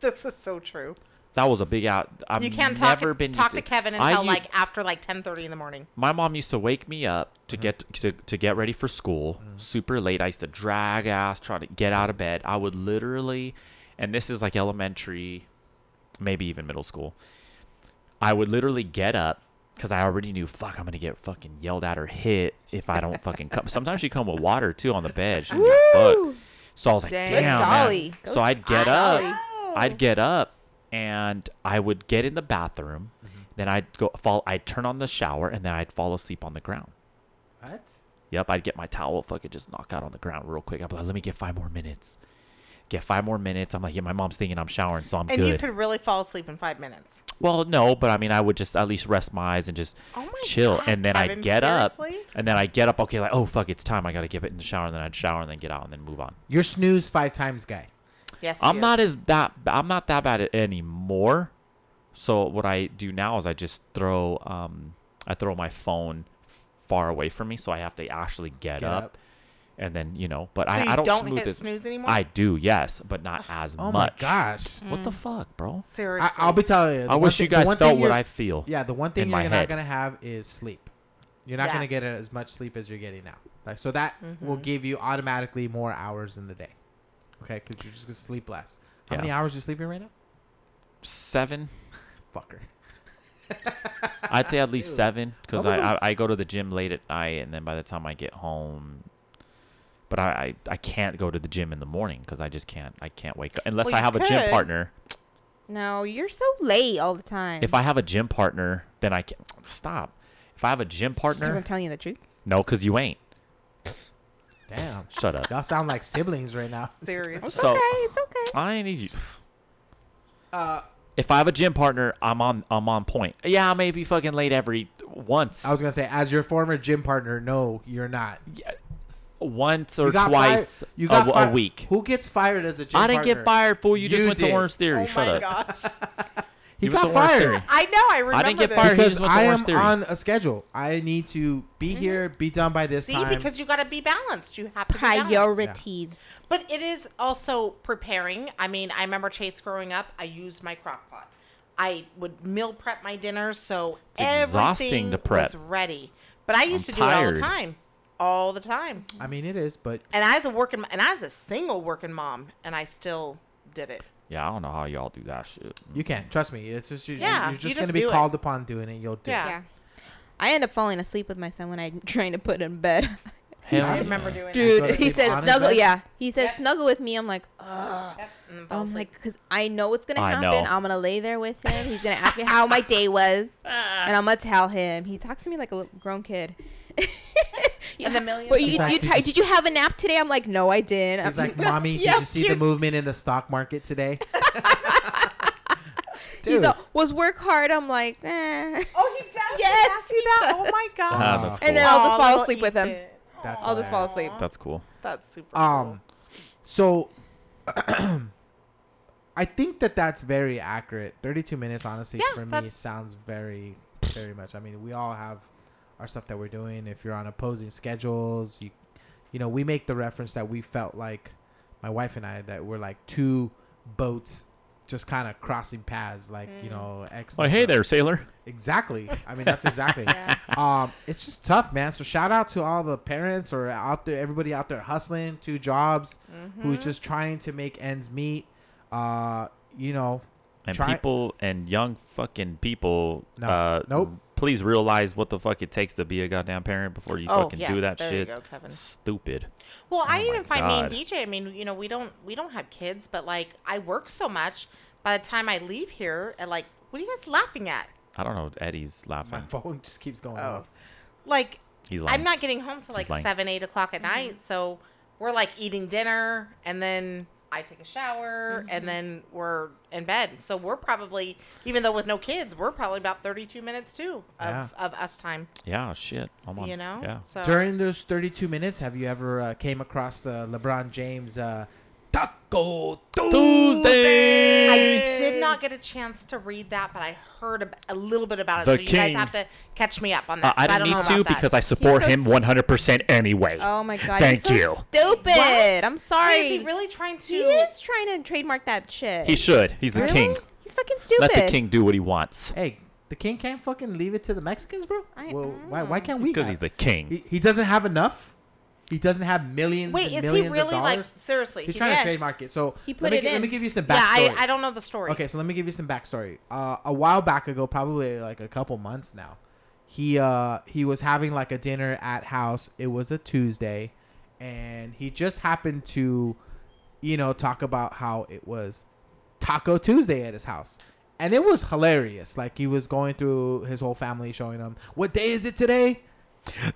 Speaker 2: This is so true.
Speaker 1: That was a big out. I've
Speaker 2: You can't talk,
Speaker 1: never been used
Speaker 2: talk to Kevin
Speaker 1: I
Speaker 2: until
Speaker 1: u-
Speaker 2: like after like ten thirty in the morning.
Speaker 1: my mom used to wake me up to get to, to get ready for school super late i used to drag ass trying to get out of bed i would literally and this is like elementary maybe even middle school i would literally get up because i already knew fuck i'm gonna get fucking yelled at or hit if i don't fucking come sometimes she'd come with water too on the bed She didn't give a fuck.
Speaker 4: Woo!
Speaker 1: so i was like
Speaker 2: Dang.
Speaker 1: damn
Speaker 2: Good
Speaker 1: man."
Speaker 4: dolly. Go
Speaker 1: so i'd get up
Speaker 4: dolly.
Speaker 2: Oh.
Speaker 1: I'd get up and I would get in the bathroom,
Speaker 2: Mm-hmm.
Speaker 1: then I'd go fall. I'd turn on the shower and then I'd fall asleep on the ground.
Speaker 3: What?
Speaker 1: Yep, I'd get my towel, fucking just knock out on the ground real quick. I'd be like, let me get five more minutes. Get five more minutes. I'm like, yeah, my mom's thinking I'm showering, so I'm
Speaker 2: and you
Speaker 1: good.
Speaker 2: could really fall asleep in five minutes.
Speaker 1: well, no, but I mean, I would just at least rest my eyes and just
Speaker 2: Oh my
Speaker 1: chill.
Speaker 2: God,
Speaker 1: and then
Speaker 2: Kevin,
Speaker 1: I'd get
Speaker 2: seriously?
Speaker 1: up. And then I'd get up, okay, like, oh, fuck, it's time. I got to get it in the shower. And then I'd shower and then get out and then move on.
Speaker 3: You're snooze five times guy.
Speaker 2: Yes,
Speaker 1: I'm
Speaker 2: he
Speaker 1: not
Speaker 2: is.
Speaker 1: as that. I'm not that bad at anymore. So what I do now is I just throw um I throw my phone f- far away from me, so I have to actually get,
Speaker 3: Get
Speaker 1: up,
Speaker 3: up.
Speaker 1: and then you know. But
Speaker 2: So
Speaker 1: I,
Speaker 2: you
Speaker 1: I don't,
Speaker 2: don't
Speaker 1: smooth
Speaker 2: hit
Speaker 1: this.
Speaker 2: snooze anymore? Hmm.
Speaker 1: I do, yes, but not as
Speaker 3: Oh
Speaker 1: much.
Speaker 3: my gosh.
Speaker 1: What the fuck, bro?
Speaker 2: seriously.
Speaker 3: I, I'll be telling you. the
Speaker 1: I
Speaker 3: one
Speaker 1: wish
Speaker 3: thing-
Speaker 1: you
Speaker 3: the
Speaker 1: guys
Speaker 3: one
Speaker 1: felt
Speaker 3: thing
Speaker 1: what
Speaker 3: you're-
Speaker 1: I feel.
Speaker 3: Yeah, the one thing
Speaker 1: in
Speaker 3: you're
Speaker 1: my
Speaker 3: not
Speaker 1: head.
Speaker 3: gonna have is sleep. You're not
Speaker 2: Yeah.
Speaker 3: gonna get as much sleep as you're getting now. Like so that will give you automatically more hours in the day. Okay, because you're just gonna sleep less. How
Speaker 1: Yeah.
Speaker 3: many hours you sleeping right now?
Speaker 1: Seven,
Speaker 3: Fucker.
Speaker 1: I'd say at least
Speaker 3: Dude.
Speaker 1: seven, because
Speaker 3: What was
Speaker 1: I, I I go to the gym late at night, and then by the time I get home. But I, I, I can't go to the gym in the morning because I just can't I can't wake up unless
Speaker 2: Well,
Speaker 1: I
Speaker 2: you
Speaker 1: have a gym
Speaker 2: could.
Speaker 1: partner.
Speaker 4: No, you're so late all the time.
Speaker 1: If I have a gym partner, then I can stop. If I have a gym
Speaker 4: because I'm
Speaker 1: partner,
Speaker 4: telling you the truth.
Speaker 1: no, because you ain't.
Speaker 3: Damn.
Speaker 1: Shut up.
Speaker 3: Y'all sound like siblings right now.
Speaker 2: serious.
Speaker 1: So
Speaker 4: okay, it's okay.
Speaker 1: I need you.
Speaker 3: Uh,
Speaker 1: If I have a gym partner, I'm on I'm on point. Yeah, I may be fucking late every once,
Speaker 3: I was gonna say, as your former gym partner, no, you're not.
Speaker 1: once or
Speaker 3: You got
Speaker 1: twice
Speaker 3: fired- you
Speaker 1: a
Speaker 3: got
Speaker 1: w- a,
Speaker 3: fired-
Speaker 1: week.
Speaker 3: Who gets fired as a gym
Speaker 1: I didn't
Speaker 3: partner?
Speaker 1: get fired, fool. You, just
Speaker 3: You
Speaker 1: went
Speaker 3: did.
Speaker 1: to Orange Theory.
Speaker 2: oh
Speaker 1: Shut
Speaker 2: my
Speaker 1: up.
Speaker 2: gosh.
Speaker 3: He
Speaker 1: You went
Speaker 3: got
Speaker 1: to Orange
Speaker 3: fired
Speaker 1: Theory.
Speaker 2: I know. I remember.
Speaker 1: didn't get
Speaker 2: this.
Speaker 1: fired. He
Speaker 3: because
Speaker 1: just went to
Speaker 3: I
Speaker 1: Orange
Speaker 3: am
Speaker 1: Theory.
Speaker 3: on a schedule. I need to be here, be done by this
Speaker 2: Mm-hmm. See,
Speaker 3: time.
Speaker 2: because you got to be balanced. You have to be balanced.
Speaker 4: Priorities.
Speaker 2: But it is also preparing. I mean, I remember Chase growing up. I used my crock pot. I would meal prep my dinners, so
Speaker 1: It's exhausting
Speaker 2: everything
Speaker 1: to prep.
Speaker 2: was ready. But I used
Speaker 1: I'm
Speaker 2: to do it all
Speaker 1: tired.
Speaker 2: the time, all the time.
Speaker 3: I mean, it is, but
Speaker 2: And I was a working, and I was a single working mom, and I still did it.
Speaker 1: Yeah, I don't know how y'all do that shit.
Speaker 3: you can't trust me. It's just you,
Speaker 2: Yeah,
Speaker 3: you're
Speaker 2: you
Speaker 3: just
Speaker 2: just
Speaker 3: gonna be
Speaker 2: do it.
Speaker 3: called upon doing it. You'll do.
Speaker 2: Yeah.
Speaker 3: It.
Speaker 4: Yeah. I end up falling asleep with my son when I'm trying to put him in bed.
Speaker 1: Hell
Speaker 2: I
Speaker 1: yeah.
Speaker 2: remember doing
Speaker 3: go
Speaker 4: Dude,
Speaker 3: to sleep
Speaker 4: he
Speaker 3: on
Speaker 4: says
Speaker 3: his
Speaker 4: snuggle.
Speaker 3: bed?
Speaker 4: Yeah, he says
Speaker 2: Yep.
Speaker 4: snuggle with me. I'm like, ugh.
Speaker 2: that. Yep, and fall
Speaker 4: I'm
Speaker 2: asleep.
Speaker 4: like, because I know what's gonna
Speaker 1: I
Speaker 4: happen.
Speaker 1: know.
Speaker 4: I'm gonna lay there with him. He's gonna ask me how my day was,
Speaker 2: Ah.
Speaker 4: and I'm gonna tell him. He talks to me like a little grown kid.
Speaker 2: And the millions
Speaker 4: Well,
Speaker 2: of
Speaker 4: you,
Speaker 3: times-
Speaker 4: you ti- did you have a nap today? I'm like, no, I didn't.
Speaker 3: He's
Speaker 4: I'm-
Speaker 3: like, mommy,
Speaker 4: Yeah,
Speaker 3: did you see the
Speaker 4: dude.
Speaker 3: movement in the stock market today?
Speaker 4: He's all, was work hard. I'm like, eh.
Speaker 2: oh, he does.
Speaker 4: Yes,
Speaker 2: Yes,
Speaker 4: he
Speaker 2: he does.
Speaker 4: does.
Speaker 2: Oh my god.
Speaker 1: Ah, that's cool.
Speaker 4: And then I'll just
Speaker 2: Aw,
Speaker 4: fall
Speaker 2: little
Speaker 4: asleep with him.
Speaker 2: Ethan.
Speaker 3: That's
Speaker 4: I'll just fall
Speaker 3: hilarious.
Speaker 4: asleep.
Speaker 1: That's cool.
Speaker 2: That's super.
Speaker 3: Um, so I think that that's very accurate. Thirty-two minutes, honestly,
Speaker 2: Yeah,
Speaker 3: for me,
Speaker 2: that's-
Speaker 3: sounds very, very much. I mean, we all have our stuff that we're doing. If you're on opposing schedules, you, you know, we make the reference that we felt like my wife and I that we're like two boats just kind of crossing paths, like
Speaker 2: Mm.
Speaker 3: you know, X.
Speaker 1: Like, Oh, hey
Speaker 3: number-
Speaker 1: there, sailor.
Speaker 3: Exactly. I mean, that's exactly.
Speaker 4: Yeah.
Speaker 3: Um, it's just tough, man. So shout out to all the parents or out there, everybody out there hustling two jobs,
Speaker 2: Mm-hmm.
Speaker 3: who's just trying to make ends meet. Uh, you know,
Speaker 1: And
Speaker 3: Try-
Speaker 1: people and young fucking people.
Speaker 3: No.
Speaker 1: Uh,
Speaker 3: Nope.
Speaker 1: Please realize what the fuck it takes to be a goddamn parent before you
Speaker 2: Oh,
Speaker 1: fucking
Speaker 2: yes,
Speaker 1: do that
Speaker 2: there you
Speaker 1: shit.
Speaker 2: go, Kevin.
Speaker 1: Stupid.
Speaker 2: Well, I
Speaker 1: Oh my
Speaker 2: even find
Speaker 1: God.
Speaker 2: me and DJ. I mean, you know, we don't we don't have kids, but like I work so much. By the time I leave here, and like, what are you guys laughing at?
Speaker 1: I don't know. Eddie's laughing.
Speaker 3: my phone just keeps going
Speaker 2: Oh.
Speaker 3: off.
Speaker 2: Like,
Speaker 1: He's lying.
Speaker 2: I'm not getting home till like
Speaker 1: lying.
Speaker 2: seven, eight o'clock at night. So we're like eating dinner, and then I take a shower, and then we're in bed. So we're probably, even though with no kids, we're probably about 32 minutes too of,
Speaker 3: Yeah.
Speaker 2: of us time.
Speaker 1: Yeah, shit. I'm on.
Speaker 2: You know,
Speaker 1: Yeah.
Speaker 2: so
Speaker 3: During those 32 minutes, have you ever uh, came across uh, LeBron James uh, Taco
Speaker 1: Tuesday!
Speaker 3: Tuesday?
Speaker 2: I did not get a chance to read that, but I heard ab- a little bit about it.
Speaker 1: The
Speaker 2: so you
Speaker 1: king.
Speaker 2: guys have to catch me up on
Speaker 1: Uh,
Speaker 2: that.
Speaker 1: I don't
Speaker 2: 'cause don't
Speaker 1: need
Speaker 2: know
Speaker 1: to
Speaker 2: about that.
Speaker 1: because I support
Speaker 4: so
Speaker 1: him
Speaker 4: s-
Speaker 1: 100% anyway.
Speaker 4: Oh my god!
Speaker 1: Thank
Speaker 4: he's so
Speaker 1: you.
Speaker 4: Stupid.
Speaker 2: What?
Speaker 4: I'm sorry.
Speaker 2: Wait, Is he really trying to?
Speaker 4: He is trying to trademark that shit.
Speaker 1: He should. He's the
Speaker 4: Really?
Speaker 1: king.
Speaker 4: He's fucking stupid.
Speaker 1: Let the king do what he wants
Speaker 3: Hey, the king can't fucking leave it to the Mexicans, bro.
Speaker 4: I-
Speaker 3: well,
Speaker 4: I
Speaker 3: why why can't we?
Speaker 1: because
Speaker 3: guys?
Speaker 1: he's the king.
Speaker 3: He, he doesn't have enough. He doesn't have millions.
Speaker 2: Wait,
Speaker 3: and
Speaker 2: is he
Speaker 3: millions of
Speaker 2: really like
Speaker 3: dollars.
Speaker 2: seriously?
Speaker 3: He's
Speaker 2: he's-
Speaker 3: trying
Speaker 4: Yes.
Speaker 3: to trademark it. So
Speaker 4: He put
Speaker 3: let me,
Speaker 4: it
Speaker 3: gi- Let
Speaker 4: in.
Speaker 3: me give you some backstory.
Speaker 2: yeah, I, I don't know the story.
Speaker 3: Okay, so let me give you some backstory. Uh, a while back ago, probably like a couple months now, he uh he was having like a dinner at house. It was a Tuesday, and he just happened to, you know, talk about how it was Taco Tuesday at his house. And it was hilarious. Like he was going through his whole family, showing them what day is it today?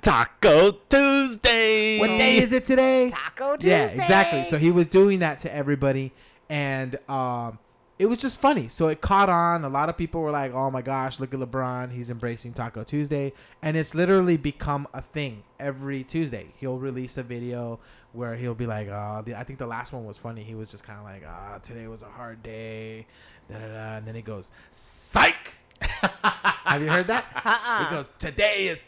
Speaker 1: Taco Tuesday.
Speaker 3: What day is it today?
Speaker 2: Taco Tuesday.
Speaker 3: Yeah, exactly. So he was doing that to everybody, and um, it was just funny. So it caught on. A lot of people were like, "Oh my gosh, look at LeBron! He's embracing Taco Tuesday," and it's literally become a thing. Every Tuesday, he'll release a video where he'll be like, "Oh, the, I think the last one was funny." He was just kind of like, "Ah, today was a hard day," da da da, and then he goes, "Psych." Have you heard that? He goes, "Today is."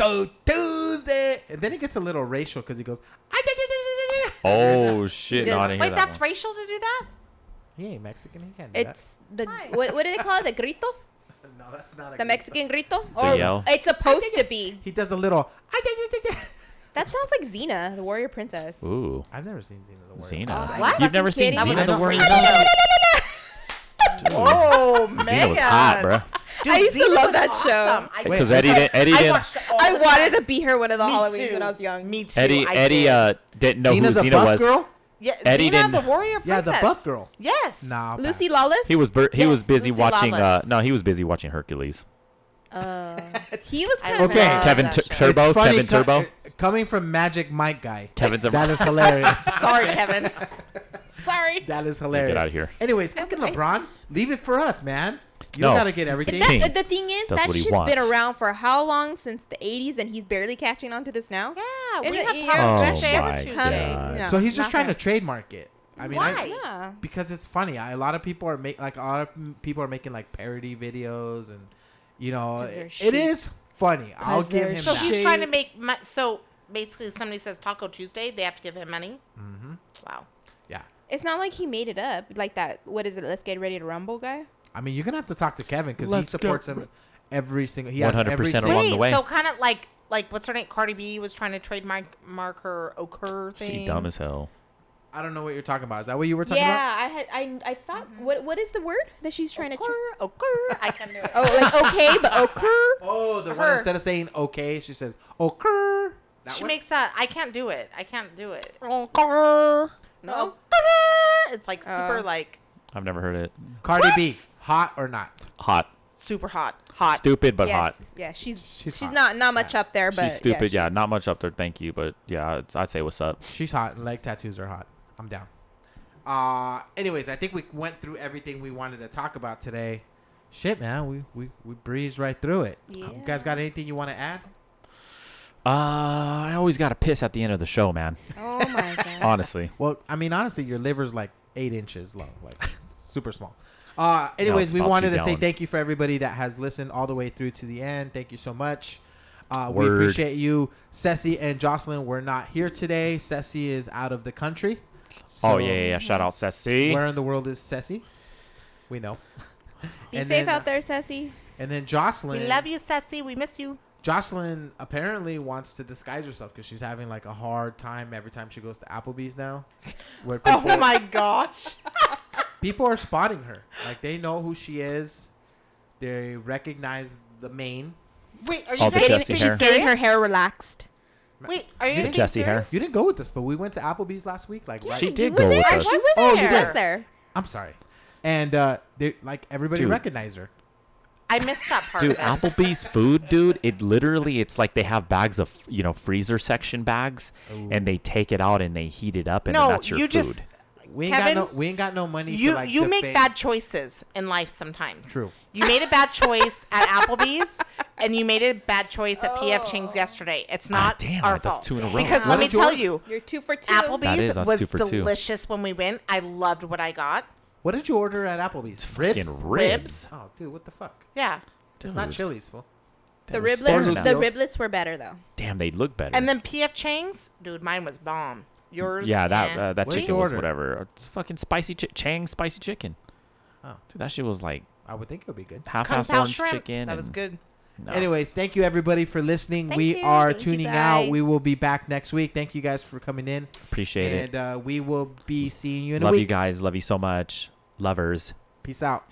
Speaker 3: Taco Tuesday, and then it gets a little racial because he goes, "Ah, da, da, da, da, da, da."
Speaker 1: Oh shit!
Speaker 4: Does-
Speaker 1: no, I didn't hear
Speaker 2: Wait,
Speaker 1: that
Speaker 2: that's
Speaker 1: one.
Speaker 2: racial to do that?
Speaker 3: He ain't Mexican. He can't do
Speaker 4: It's the what, what do they call it? The grito?
Speaker 3: that. No, that's not a
Speaker 4: The
Speaker 3: good-
Speaker 4: Mexican grito?
Speaker 1: yell?
Speaker 4: it's supposed to be.
Speaker 3: He does a little.
Speaker 4: That sounds like Xena, the warrior princess.
Speaker 1: Ooh,
Speaker 3: I've never seen Xena the Warrior.
Speaker 1: Xena.
Speaker 4: Oh,
Speaker 2: What?
Speaker 1: You've never
Speaker 4: That's
Speaker 1: seen
Speaker 4: kidding.
Speaker 1: Xena
Speaker 3: I
Speaker 1: the
Speaker 3: don't-
Speaker 1: Warrior?
Speaker 3: I don't know.
Speaker 2: Oh man,
Speaker 1: Xena was hot, bro.
Speaker 4: I used to love that show.
Speaker 2: show
Speaker 1: Because Eddie didn't. Eddie
Speaker 2: I
Speaker 1: didn't.
Speaker 2: watched all
Speaker 4: I
Speaker 2: of
Speaker 4: wanted
Speaker 2: that.
Speaker 4: to be her one of the
Speaker 2: Me
Speaker 4: Halloweens
Speaker 2: too.
Speaker 4: when I was young.
Speaker 2: Me too.
Speaker 1: Eddie.
Speaker 2: I
Speaker 1: Eddie
Speaker 2: did.
Speaker 1: uh, didn't know
Speaker 3: Xena
Speaker 1: who
Speaker 3: the
Speaker 1: Xena
Speaker 3: buff
Speaker 1: was.
Speaker 3: girl?
Speaker 2: yeah,
Speaker 1: Eddie
Speaker 2: Xena,
Speaker 1: didn't-
Speaker 2: the warrior
Speaker 3: Yeah,
Speaker 2: princess.
Speaker 3: the buff girl.
Speaker 2: Yes.
Speaker 3: Nah. I'll
Speaker 4: Lucy
Speaker 3: pass.
Speaker 4: Lawless?
Speaker 1: He was. bur- he
Speaker 2: Yes,
Speaker 1: was busy
Speaker 2: Lucy
Speaker 1: watching. Uh,
Speaker 2: Lawless.
Speaker 1: no, he was busy watching Hercules.
Speaker 4: Uh, he was kind of
Speaker 3: Okay.
Speaker 4: bad.
Speaker 1: Kevin
Speaker 2: that
Speaker 1: Tur-
Speaker 2: show.
Speaker 3: It's
Speaker 1: Turbo.
Speaker 3: funny
Speaker 1: Kevin
Speaker 3: co-
Speaker 1: Turbo.
Speaker 3: uh, coming from Magic Mike guy.
Speaker 1: Kevin Turbo.
Speaker 3: That is hilarious.
Speaker 2: Sorry, Kevin. Sorry.
Speaker 3: That is hilarious.
Speaker 1: outta here.
Speaker 3: Anyways, fucking
Speaker 4: I-
Speaker 3: LeBron, leave it for us, man. You
Speaker 1: No.
Speaker 3: don't gotta get
Speaker 4: And
Speaker 3: everything.
Speaker 1: King.
Speaker 4: That, the thing is,
Speaker 1: That's
Speaker 4: that
Speaker 1: what he
Speaker 4: shit's been
Speaker 1: wants.
Speaker 4: around for how long? Since the 80s, and he's barely catching on to this now?
Speaker 2: Yeah,
Speaker 4: Is
Speaker 2: we
Speaker 4: it-
Speaker 2: have
Speaker 4: yeah,
Speaker 2: talked
Speaker 1: Oh
Speaker 2: about
Speaker 1: my God.
Speaker 2: this Tuesday.
Speaker 1: Yeah.
Speaker 3: so he's just
Speaker 4: not
Speaker 3: trying
Speaker 4: fair.
Speaker 3: to trademark it. I mean,
Speaker 2: Why?
Speaker 3: I,
Speaker 4: Yeah.
Speaker 3: because it's funny. I, a lot of people are make like a lot of people are making like parody videos, and you know,
Speaker 4: 'Cause they're
Speaker 3: it-
Speaker 4: sheep.
Speaker 3: it is funny. I'll
Speaker 4: 'Cause
Speaker 3: give
Speaker 4: they're
Speaker 3: him
Speaker 2: So
Speaker 3: that.
Speaker 2: he's trying to make mo- so basically somebody says Taco Tuesday, they have to give him money. Mm-hmm. Wow.
Speaker 3: yeah.
Speaker 4: It's not like he made it up. Like that, what is it? Let's get ready to rumble, guy.
Speaker 3: I mean, you're gonna have to talk to Kevin because he
Speaker 1: Let's go.
Speaker 3: supports him every single. He has every
Speaker 1: 100%
Speaker 3: single.
Speaker 1: along
Speaker 2: Wait,
Speaker 1: the way.
Speaker 2: so kind of like like what's her name? Cardi B was trying to trademark mark her ochre thing.
Speaker 1: She dumb as hell.
Speaker 3: I don't know what you're talking about. Is that what you were talking about?
Speaker 4: Yeah, I had, I, I thought, what, what is the word that she's trying to?
Speaker 2: Ochre,
Speaker 4: Tr-
Speaker 2: ochre. I can do it.
Speaker 4: oh, like okay, but ochre.
Speaker 3: Oh, the one
Speaker 4: Her.
Speaker 3: instead of saying okay, she says okay. That
Speaker 2: she
Speaker 3: one?
Speaker 2: makes that. I can't do it. I can't do it.
Speaker 4: Oh, Ochre. No.
Speaker 2: Ochre. It's like super
Speaker 4: Oh.
Speaker 2: like
Speaker 1: I've never heard it.
Speaker 3: Cardi
Speaker 2: What?
Speaker 3: B hot or not?
Speaker 1: Hot.
Speaker 2: super hot, hot.
Speaker 1: Stupid but
Speaker 4: yes.
Speaker 1: hot.
Speaker 4: Yeah, she's
Speaker 3: She's
Speaker 4: she's,
Speaker 3: hot.
Speaker 4: not not much up there, but
Speaker 1: she's stupid. Yeah,
Speaker 4: she's-
Speaker 1: not much up there. Thank you, but yeah, I'd, I'd say what's up.
Speaker 3: She's hot. and Leg tattoos are hot. I'm down. Uh, anyways, I think we went through everything we wanted to talk about today. Shit, man, we we, we breezed right through it. You guys got anything you want to add?
Speaker 1: Uh, I always got to piss at the end of the show, man.
Speaker 4: Oh my god.
Speaker 1: Honestly,
Speaker 3: Well, I mean, honestly, your liver's like eight inches long, like super small. Uh, anyways,
Speaker 1: it's
Speaker 3: we
Speaker 1: about
Speaker 3: wanted
Speaker 1: two
Speaker 3: to say
Speaker 1: gallons.
Speaker 3: thank you for everybody that has listened all the way through to the end. Thank you so much. Uh, we
Speaker 1: Word.
Speaker 3: appreciate you, Ceci and Jocelyn. We're not here today. Ceci is out of the country.
Speaker 1: oh
Speaker 3: So, um,
Speaker 1: yeah, yeah, yeah. Shout out Ceci.
Speaker 3: Where in the world is Ceci? We know.
Speaker 4: Be
Speaker 3: And
Speaker 4: safe
Speaker 3: then-
Speaker 4: out there, Sassy.
Speaker 3: And then Jocelyn.
Speaker 2: We love you, Sassy. We miss you.
Speaker 3: Jocelyn apparently wants to disguise herself because she's having like a hard time every time she goes to Applebee's now. Where people,
Speaker 2: Oh my gosh.
Speaker 3: people are spotting her. Like they know who she is. They recognize the mane.
Speaker 2: Wait, are you
Speaker 1: All the
Speaker 2: saying-
Speaker 1: Jesse
Speaker 2: are you
Speaker 1: hair.
Speaker 4: getting her
Speaker 2: serious?
Speaker 4: hair relaxed.
Speaker 2: Wait, are you
Speaker 3: The
Speaker 2: being
Speaker 1: Jesse hair.
Speaker 2: serious?
Speaker 3: You didn't go with us, but we went to Applebee's last week. Like, right?
Speaker 1: She
Speaker 4: you
Speaker 1: did
Speaker 4: were
Speaker 1: go with
Speaker 4: there.
Speaker 1: us.
Speaker 4: You were
Speaker 2: Oh, you
Speaker 4: there.
Speaker 2: did.
Speaker 4: I was there.
Speaker 3: I'm sorry. And uh, they like everybody
Speaker 1: Dude.
Speaker 3: recognized her.
Speaker 2: I missed that part.
Speaker 1: Dude,
Speaker 2: of it.
Speaker 1: Applebee's food, dude, it literally it's like they have bags of you know freezer section bags, and they take it out and they heat it up, and then
Speaker 2: No,
Speaker 1: that's your
Speaker 2: you
Speaker 1: food.
Speaker 2: just
Speaker 3: We ain't
Speaker 2: Kevin,
Speaker 3: got no. We ain't got no money.
Speaker 2: you
Speaker 3: to, like,
Speaker 2: you make
Speaker 3: defend-
Speaker 2: bad choices in life sometimes.
Speaker 3: True.
Speaker 2: You made a bad choice at Applebee's, and you made a bad choice at PF Chang's yesterday. It's not
Speaker 1: damn,
Speaker 2: our
Speaker 1: like, that's
Speaker 2: fault.
Speaker 1: two in a row.
Speaker 2: Because
Speaker 3: What
Speaker 2: let me
Speaker 3: did you
Speaker 2: tell
Speaker 3: order?
Speaker 2: you,
Speaker 4: You're two for two.
Speaker 1: That is,
Speaker 2: Applebee's
Speaker 1: that's
Speaker 2: was
Speaker 1: two for two.
Speaker 2: delicious when we went. I loved what I got.
Speaker 3: What did you order at Applebee's?
Speaker 1: Fucking
Speaker 3: Ribs.
Speaker 1: ribs.
Speaker 3: Oh, dude, what the fuck?
Speaker 2: Yeah.
Speaker 3: It's not
Speaker 1: Dude.
Speaker 3: Chili's, fool.
Speaker 4: The
Speaker 1: They're
Speaker 4: riblets,
Speaker 1: starving
Speaker 4: the
Speaker 1: now.
Speaker 4: riblets were better though.
Speaker 1: Damn, they look better.
Speaker 2: And then PF Chang's, dude, mine was bomb. Yours,
Speaker 1: yeah, that
Speaker 2: eh.
Speaker 1: uh, that
Speaker 3: What did
Speaker 1: chicken
Speaker 3: you
Speaker 1: was
Speaker 3: order?
Speaker 1: whatever. It's fucking spicy chi- Chang spicy chicken.
Speaker 3: Oh.
Speaker 1: Dude, that shit was like
Speaker 3: I would think it would be good.
Speaker 1: half
Speaker 2: Kung
Speaker 1: ass
Speaker 2: Pao
Speaker 1: orange
Speaker 2: shrimp.
Speaker 1: chicken.
Speaker 2: That was
Speaker 1: and-
Speaker 2: good.
Speaker 1: No.
Speaker 3: Anyways, thank you everybody for listening.
Speaker 4: Thank
Speaker 3: we
Speaker 4: you.
Speaker 3: are
Speaker 4: Thank you
Speaker 3: tuning out. We
Speaker 4: guys.
Speaker 3: will be back next week. Thank you guys for coming in,
Speaker 1: appreciate it.
Speaker 3: and uh, we will be seeing you in
Speaker 1: Love
Speaker 3: a
Speaker 1: you
Speaker 3: week.
Speaker 1: guys. Love you so much, lovers.
Speaker 3: Peace out.